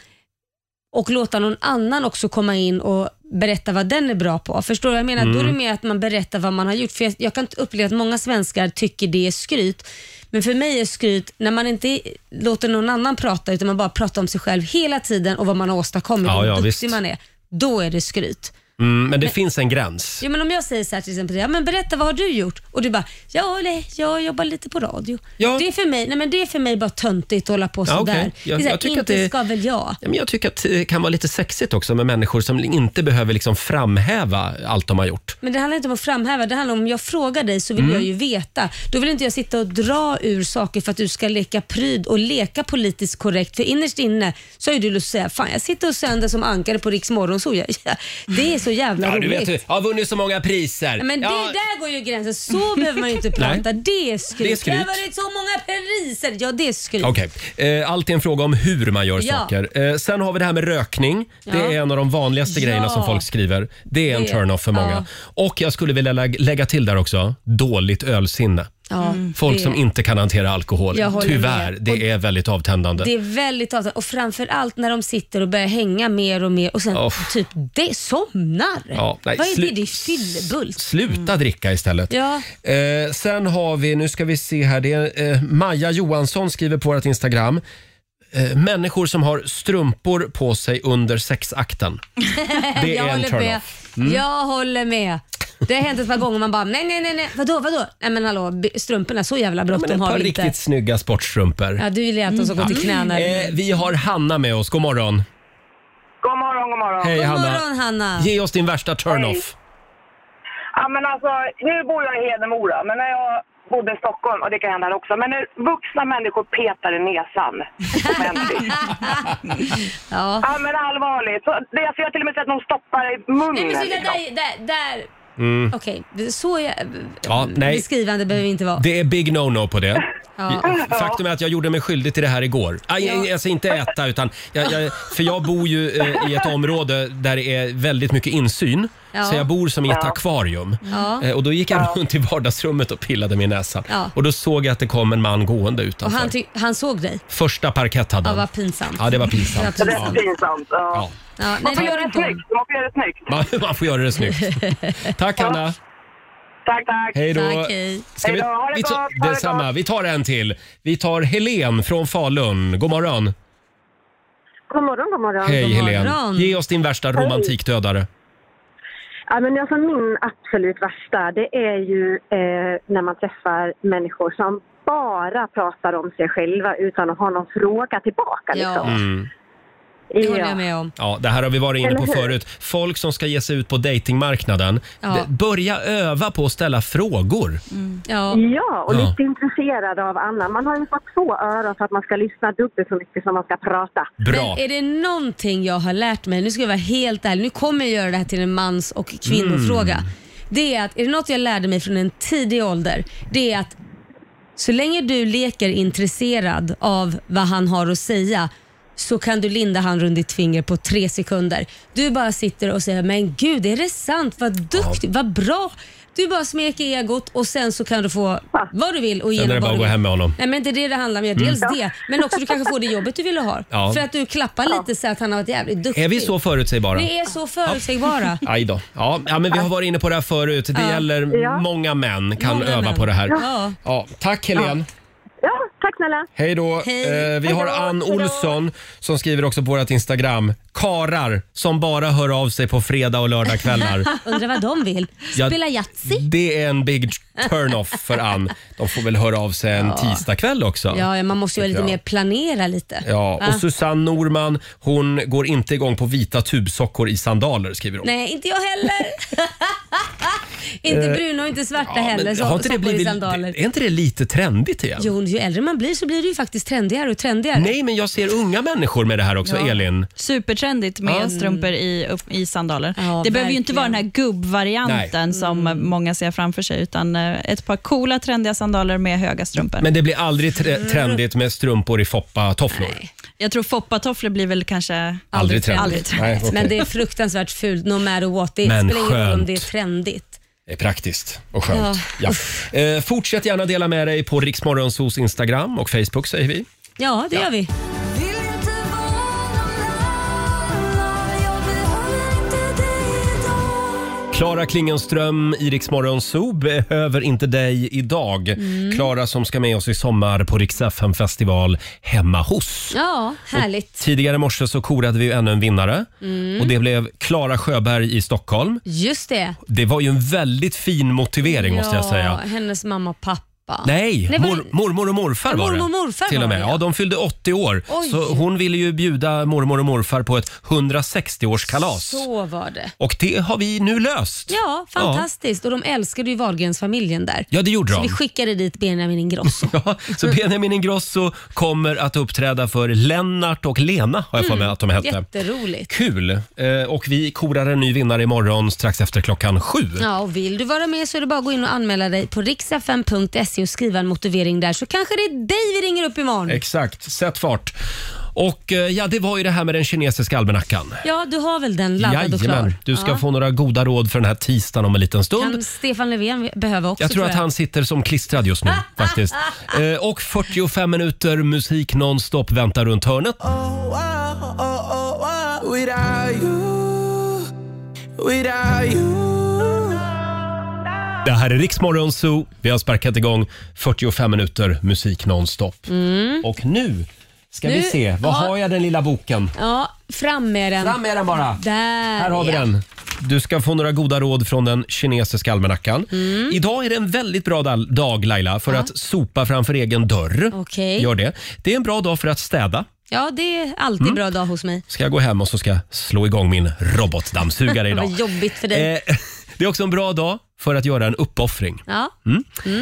och låta någon annan också komma in och berätta vad den är bra på. Förstår du vad jag menar?
Mm.
Då är det mer att man berättar vad man har gjort. För jag, jag kan uppleva att många svenskar tycker det är skryt. Men för mig är skryt när man inte låter någon annan prata utan man bara pratar om sig själv hela tiden och vad man har åstadkommit
Ja,
och
ja,
hur
visst.
duktig man är. Då är det skryt.
Mm, men det
Men-
finns en gräns.
Ja, men om jag säger så här till exempel, ja, men berätta vad har du gjort? Och du bara, ja nej, jag jobbar lite på radio. Det, är för mig, nej, men det är för mig bara töntigt att hålla på
Ja,
sådär.
okej.
Det
Jag-
är så här,
jag tycker att
inte
det-
ska väl jag?
Ja, men jag tycker att det kan vara lite sexigt också med människor som inte behöver liksom framhäva allt de har gjort.
Men det handlar inte om att framhäva, det handlar om om jag frågar dig så vill
Mm.
jag ju veta. Då vill inte jag sitta och dra ur saker för att du ska leka pryd och leka politiskt korrekt. För innerst inne så har ju du lust att säga, fan jag sitter och sänder som ankare på Riks Morgonzoo. Jag- jag- *laughs* Det är så jävla
Ja, du
roligt.
vet, jag har vunnit så många priser.
Nej, Men det,
ja,
där går ju gränsen. Så behöver man
*laughs*
ju inte prata. Det är skryt.
Det är skryt.
Jag har varit så många priser. Ja, det är skryt.
Okej, Eh, allt är en fråga om hur man gör
Ja.
saker. Eh, sen har vi det här med rökning. Det
Ja.
är en av de vanligaste
Ja.
grejerna som folk skriver. Det är en
Det-
turn-off för många. Och jag skulle vilja lä- lägga till där också, dåligt ölsinne.
Ja, Mm.
Folk
det-
som inte kan hantera alkohol.
Jag håller
Tyvärr,
med.
det är väldigt avtändande.
Det är väldigt avsatt. Och framförallt när de sitter och börjar hänga mer och mer och sen
Uff.
typ det somnar.
Ja, nej,
Vad är
slu-
det? Det är fyllebult.
Sluta dricka istället.
Ja.
Eh, sen har vi, nu ska vi se här, det är, eh, Maja Johansson skriver på vårt Instagram. Eh, människor som har strumpor på sig under
*laughs*
sexakten. Det är en
jag håller med.
turn-off. Mm.
Jag håller med. Det har hänt ett par gånger man bara, nej, nej, nej, nej. vadå, vadå? Nej men hallå, b- strumporna, så jävla
Men ett
bråttom har
par
vi
riktigt
inte.
snygga sportstrumpor.
Ja, du vill ju att de ska gå till knäna.
Eh, vi har Hanna med oss, god morgon.
God morgon, god morgon.
Hej,
God
Hanna.
morgon Hanna.
Ge oss din värsta turn-off.
Ja, men alltså, nu bor jag i Hedemora, men när jag bodde i Stockholm, och det kan hända här också, men när vuxna människor petar i näsan. offentligt.
ja.
men allvarligt. Så, det, alltså, jag har till och med sett att de stoppar i
Nej
munnen.
men sluta,
liksom.
där, där, där.
Mm.
Okej, så jag,
Ja, nej.
beskrivande behöver vi inte vara.
Det är big no-no på det.
Ja.
Faktum är att jag gjorde mig skyldig till det här igår. Aj, Alltså inte äta, utan jag, jag, för jag bor ju eh, i ett område där det är väldigt mycket insyn.
Ja.
Så jag bor som i ett
Ja.
akvarium.
Ja.
Eh, Och då gick jag runt i vardagsrummet och pillade min näsa.
Ja.
Och då såg jag att det kom en man gående
Och
utanför.
han, ty- han såg dig?
Första parkett hade
Ja,
han.
vad pinsamt.
Ja, det var pinsamt.
Det var pinsamt.
Ja.
Pinsamt. Ja.
Ja,
Man
nej,
får
det
göra
gör
det
inte hon.
snyggt. Man får göra det snyggt.
Man, man får göra det snyggt.
*laughs*
Tack Hanna.
Tack, tack.
Hej då. Ska
Hej
vi,
då. Ha det
vi
gott.
ta,
ha det gott.
detsamma. Vi tar en till. Vi tar Helen från Falun. God morgon.
God morgon, god morgon.
Hej Helen. Ge oss din värsta
Hej.
romantikdödare.
Ja, men alltså min absolut värsta det är ju eh, när man träffar människor som bara pratar om sig själva utan att ha någon fråga tillbaka. Liksom.
Mm.
Det
håller jag med om.
Ja, det här har vi varit inne
Eller
på
hur?
förut. Folk som ska ge sig ut på datingmarknaden,
Ja.
d- börja öva på att ställa frågor.
Ja.
ja, och
Ja.
lite intresserad av annan. Man har ju fått två öron för att man ska lyssna dubbelt så mycket som man ska prata.
Men är det någonting jag har lärt mig, nu ska jag vara helt ärlig, nu kommer jag göra det här till en mans och kvinnofråga.
Mm.
Det är att, är det något jag lärde mig från en tidig ålder, det är att så länge du leker intresserad av vad han har att säga så kan du linda han runt ditt finger på tre sekunder. Du bara sitter och säger “men gud, är det sant? Vad duktig, vad bra!” Du bara smeker egot och sen så kan du få vad du vill och
Sen är
igenom
det bara
vad
att
du
gå
vill.
hem med honom.
Nej men inte det det handlar om. Ja,
Mm.
dels
Ja.
det, men också du kanske får det jobbet du ville ha.
Ja.
För att du klappar lite så att han har varit jävligt duktig.
Är vi så förutsägbara?
Vi är så förutsägbara.
Aj då. Ja, ja, men vi har varit inne på det här förut. Det
Ja.
gäller
Ja.
många män kan
Många
öva
män.
på det här.
Ja.
Ja, tack Helen.
Ja, tack snälla.
Hej då.
Hej.
Eh, vi
Hej
har
då.
Ann
Hej då.
Olsson som skriver också på vårt Instagram. Karar som bara hör av sig på fredag och
*laughs*
lördagkvällar.
Undrar vad de vill.
*laughs* Ja,
Spela Yatzy?
Det är en big turn-off för Ann. De får väl höra av sig en
Ja.
tisdagkväll också.
Ja, ja, man måste ju vara lite
Ja.
mer planera lite.
Ja,
Va?
och Susanne Norman, hon går inte igång på vita tubsockor i sandaler skriver hon.
Nej, inte jag heller. *laughs* Inte
Eh,
bruna och inte svarta
Ja, men
heller. Så,
har inte det
sockor i
blivit,
sandaler.
är inte det lite trendigt igen?
Jo, ju äldre man blir så blir det ju faktiskt trendigare och trendigare.
Nej, men jag ser unga människor med det här också,
Ja.
Elin.
Supertrendigt med
Mm.
Ja.
strumpor i, upp, i sandaler. det behöver ju inte vara den här gubbvarianten som många ser framför sig, utan eh, ett par coola trendiga sandaler med höga strumpor.
Men det blir aldrig
Mm.
tre- trendigt med strumpor i foppatofflor.
Jag tror foppatofflor blir väl kanske
Aldrig trendigt.
Aldrig
Nej, okej.
Men det är fruktansvärt fult no matter what. Det
Men
spelar ingen roll om
skönt.
det är trendigt.
Det är praktiskt och skönt.
Ja.
Ja. Eh, fortsätt gärna dela med dig på Riksmorgonsos Instagram och Facebook säger vi.
Ja, det gör vi.
Klara Klingenström i Riksmorgonso behöver inte dig idag.
Mm.
Klara som ska med oss i sommar på Rix FM festival hemma hos.
Ja, härligt.
Tidigare i morse så korade vi ju ännu en vinnare
Mm.
och det blev Klara Sjöberg i Stockholm.
Just det.
Det var ju en väldigt fin motivering måste jag säga.
Hennes mamma och pappa.
Nej,
var
mor, mormor och morfar
Ja,
var det.
mormor och morfar
till och
var
med.
det,
Ja, de fyllde 80 år.
Oj.
Så hon ville ju bjuda mormor och morfar på ett 160-årskalas.
Så var det.
Och det har vi nu löst.
Ja, fantastiskt. Och de älskade ju Wahlgrensfamiljen där.
Ja, det gjorde
så
de.
vi skickade dit
*laughs*
Benjamin Ingrosso.
Ja, så Benjamin Ingrosso kommer att uppträda för Lennart och Lena har jag för mig
Mm,
att de hette.
Jätteroligt.
Kul! Eh, Och vi korar en ny vinnare imorgon strax efter klockan sju.
Ja, och vill du vara med så är det bara att gå in och anmäla dig på riksfm.se och skriva en motivering där så kanske det är dig vi ringer upp imorgon.
Exakt, sätt fart. Och eh, ja, det var ju det här med den kinesiska almanackan.
Ja, du har väl den laddad och klar?
du ska
ja.
få några goda råd för den här tisdagen om en liten stund.
Kan Stefan Löfven behöva också
Jag tror att han sitter som klistrad just nu *laughs* faktiskt. Eh, Och 45 minuter musik nonstop väntar runt hörnet.
Oh, Without you, without you.
Det här är Riksmorgon Zoo. Vi har sparkat igång 45 minuter musik nonstop.
Mm.
Och nu ska
Nu-
vi se. Var
ja.
har jag den lilla boken?
Ja, fram med den.
Fram med den bara.
Där
Här har vi
ja.
den. Du ska få några goda råd från den kinesiska almanackan.
Mm.
Idag är det en väldigt bra dal- dag Laila för att sopa framför egen dörr.
Okej.
Gör det. Det är en bra dag för att städa.
Ja, det är alltid
Mm.
bra dag hos mig.
Ska jag gå hem och så ska jag slå igång min robotdammsugare idag.
*laughs* Vad jobbigt för dig.
Eh, *laughs* det är också en bra dag för att göra en uppoffring.
Ja.
Mm.
Mm.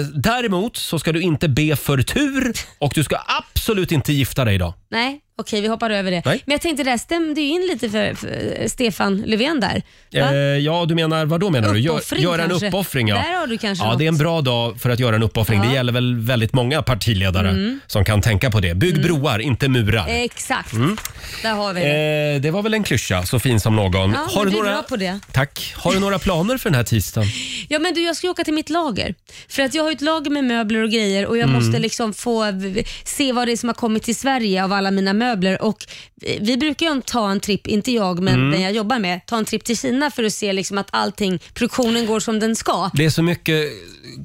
Eh, däremot så ska du inte be för tur och du ska absolut inte gifta dig idag.
Nej, okej vi hoppar över det.
Nej.
Men jag tänkte det här stämde ju in lite för, för Stefan Löfven där.
Eh,
Va?
ja, du menar, vad då menar du? Gör,
Uppoffring
gör en
kanske.
uppoffring, ja.
Där har du kanske
Ja,
något.
det är en bra dag för att göra en uppoffring.
Ja.
Det gäller väl väldigt många partiledare
Mm.
som kan tänka på det. Bygg
Mm.
broar, inte murar.
Exakt,
Mm.
där har vi det.
Eh, det var väl en klyscha, så fin som någon.
Ja,
har,
men
du
du är
några...
bra på det.
Tack. har du några planer för den här tisdagen?
Ja, men du, jag ska ju åka till mitt lager. För att jag har ju ett lager med möbler och grejer och jag
Mm.
måste liksom få v- se vad det är som har kommit till Sverige av alla mina möbler. Och eh, vi brukar ju ta en tripp, inte jag men
Mm.
den jag jobbar med, ta en tripp till Kina för att se liksom att allting, produktionen går som den ska.
Det är så mycket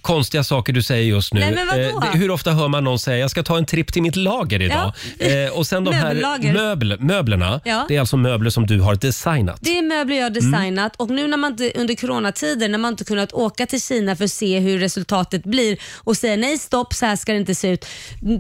konstiga saker du säger just nu. Eh,
Nej, men vadå?
det- hur ofta hör man någon säga jag ska ta en tripp till mitt lager idag?
Ja.
Eh, och sen de här
*laughs* Möbellager.
möbl, möblerna,
Ja.
det är alltså möbler som du har designat.
Det är möbler jag har
Mm.
designat och nu när man inte, under coronatider när man inte kunnat åka till Kina för att se hur resultatet blir och säga nej stopp så här ska det inte se ut.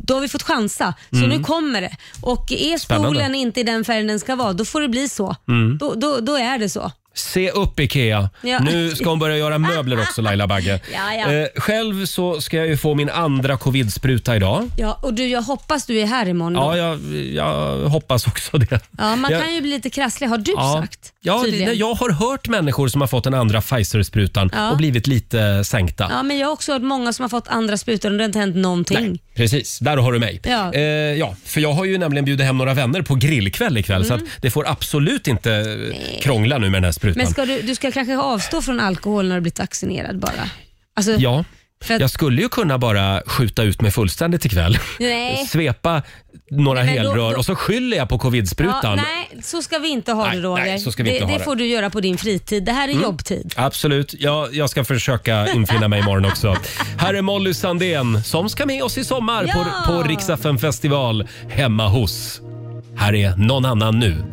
Då har vi fått chansa. Så
Mm.
nu kommer det. Och är
Spännande.
stolen inte i den färgen den ska vara då får det bli så.
Mm.
Då, då, då är det så.
Se upp IKEA!
Ja.
Nu ska hon börja göra möbler också Laila Bagge.
*laughs* Ja, ja.
Eh, själv så ska jag ju få min andra covid-spruta idag.
Ja, och du jag hoppas du är här imorgon. då.
Ja, jag, jag hoppas också det.
ja man
jag,
kan ju bli lite krasslig har du sagt.
Ja, det,
tydligen.
nej, jag har hört människor som har fått den andra Pfizer-sprutan
Ja.
och blivit lite sänkta.
Ja, men jag har också hört många som har fått andra sprutor och det har inte hänt någonting.
Precis, där har du mig.
Ja.
Eh, ja, för jag har ju nämligen bjudit hem några vänner på grillkväll ikväll så att det får absolut inte eh, krångla nu med den här sprutan.
Mm. Men ska du, du ska kanske avstå från alkohol när du blivit vaccinerad bara? Alltså,
Ja.
För att-
Jag skulle ju kunna bara skjuta ut mig fullständigt
*laughs*
ikväll. *laughs*
Nej.
Svepa några
Nej, men då-
helrör
då-
och så skyller jag på covid-sprutan.
Ja, nej, så ska vi inte ha
Nej,
det Roger.
nej, så ska vi
det,
inte ha
det
det.
får du göra på din fritid. Det här är
Mm.
jobbtid.
Absolut. Ja, jag ska försöka infinna mig imorgon också. Här är Molly Sandén som ska med oss i sommar på, på Riksaffen festival hemma hos. Här är någon annan nu.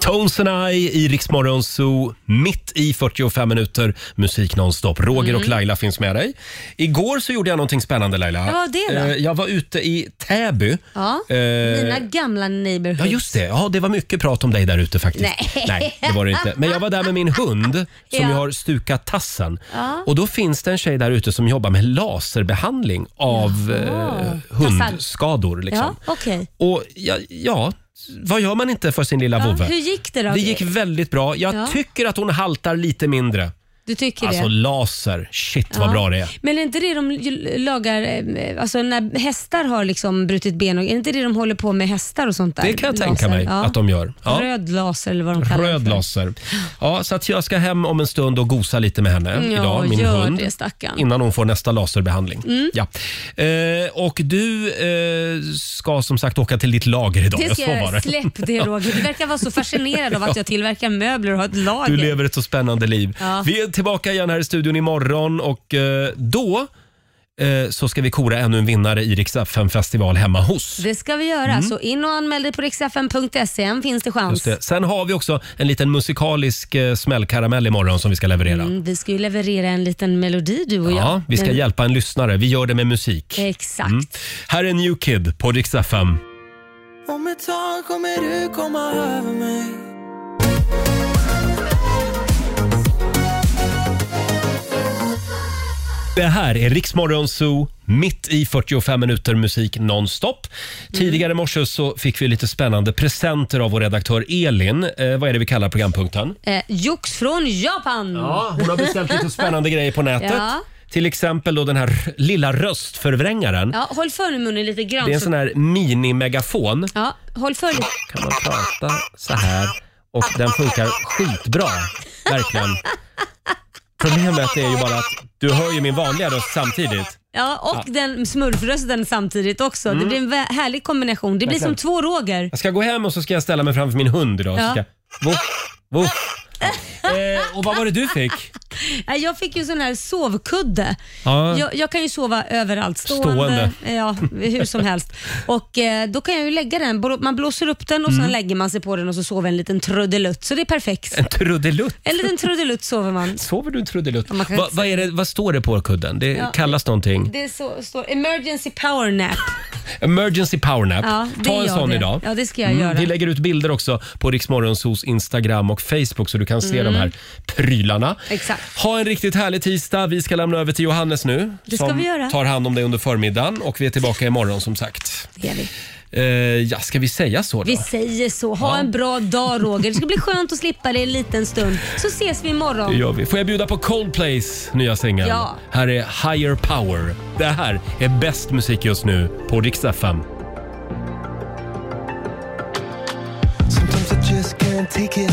Tones Rose and I i Rix Morgon Zoo, mitt i 45 minuter musik nonstop. Roger
Mm.
och Laila finns med dig. Igår så gjorde jag någonting spännande Laila.
Vad var det då?
Eh, Jag var ute i Täby.
Ja,
Eh,
mina gamla neighborhoods.
Ja, just det. Ja, det var mycket prat om dig där ute faktiskt.
Nej.
det var det inte. Men jag var där med min hund som
Ja.
ju har stukat tassen.
Ja.
Och då finns det en tjej där ute som jobbar med laserbehandling av eh,
Tassar.
hundskador. Liksom.
Ja, okej.
Och ja, ja, vad gör man inte för sin lilla
Ja,
vovve?
hur gick det då?
Det gick väldigt bra. Jag
Ja.
tycker att hon haltar lite mindre.
Du tycker
Alltså
det?
laser, shit vad
Ja.
bra det är.
Men är inte det de ju- lagar, eh, alltså när hästar har liksom brutit ben, och, är inte det de håller på med hästar och sånt där?
Det kan jag tänka
Laser,
mig att de gör. Ja.
Röd laser eller vad de kallar det
Röd
för.
laser. Ja, så att jag ska hem om en stund och gosa lite med henne
Ja,
idag, min
gör
hund.
det, stackarn.
Innan hon får nästa laserbehandling.
Mm.
Ja. Eh, och du eh, ska som sagt åka till ditt lager idag.
Det
Ja,
ska
så var
jag, släpp
*laughs*
det Roger. Du verkar vara så fascinerad av att jag tillverkar möbler och har ett lager.
Du lever ett så spännande liv.
Ja.
Vi är tillbaka igen här i studion imorgon och eh, då eh, så ska vi kora ännu en vinnare i Rix FM festival hemma hos.
Det ska vi göra, så in och anmäl dig på riksfn.se, än finns det chans.
Mm. Just det. Sen har vi också en liten musikalisk eh, smällkaramell imorgon som vi ska leverera.
Mm, oh vi ska ju leverera en liten melodi du och jag.
Ja, vi ska
Men-
hjälpa en lyssnare. Vi gör det med musik.
Exakt.
Mm. Här är New Kid på Rix FM.
Om ett tag kommer du komma över mig
Det här är Rix Morgon Zoo, mitt i 45 minuter musik nonstop.
Mm.
Tidigare i morse så fick vi lite spännande presenter av vår redaktör Elin. Eh, vad är det vi kallar programpunkten?
Eh, Jox från Japan.
Mm. Ja, Ah, hon har beställt lite spännande grejer på nätet.
Ja.
Till exempel då den här r- lilla röstförvrängaren.
Ja, håll för nu munnen lite grann.
Det är en
så-
sån här minimegafon.
Ja, håll för lite.
Kan man prata så här och den funkar skitbra. Verkligen. Problemet är ju bara att du hör ju min vanliga röst samtidigt.
Ja, och
Ja.
den smurfrösten samtidigt också.
Mm.
Det blir en vä- härlig kombination. Det blir som
Verkligen.
två Roger.
Jag ska gå hem och så ska jag ställa mig framför min hund idag.
Ja.
Så ska jag, voff, voff. Eh, och vad var det du fick?
Nej, Eh, Jag fick ju sån här sovkudde.
Ja.
Jag, jag kan ju sova överallt. Stående. eh,
Stående.
Ja, hur som helst. Och eh, Då kan jag ju lägga den. Blå- Man blåser upp den och sen
Mm.
lägger man sig på den och så sover en liten trudelutt. Så det är perfekt.
En trudelutt.
En liten trudelutt sover man.
Sover du en trudelutt?
man kan
Va,
inte
vad, är det, vad står det på kudden? Det
Ja.
kallas någonting.
Det är så, står emergency power nap.
Emergency powernap.
Ja, det
Ta en
gör
sån
det.
idag. Mm,
Ja, det ska jag göra.
Vi lägger ut bilder också på Riksmorgonsos Instagram och Facebook så du kan se
Mm.
de här prylarna.
Exakt.
Ha en riktigt härlig tisdag. Vi ska lämna över till Johannes nu.
Det ska
som
vi göra.
tar hand om dig under förmiddagen och vi är tillbaka imorgon som sagt.
Det är vi.
Eh, ja, ska vi säga så då?
Vi säger så. Ha en bra dag Roger. Det ska bli skönt att slippa dig en liten stund. Så ses vi imorgon.
Det gör vi. Får jag bjuda på Coldplays nya singel?
Ja.
Här är Higher Power. Det här är bäst musik just nu på Rix FM.
Sometimes I just can't take it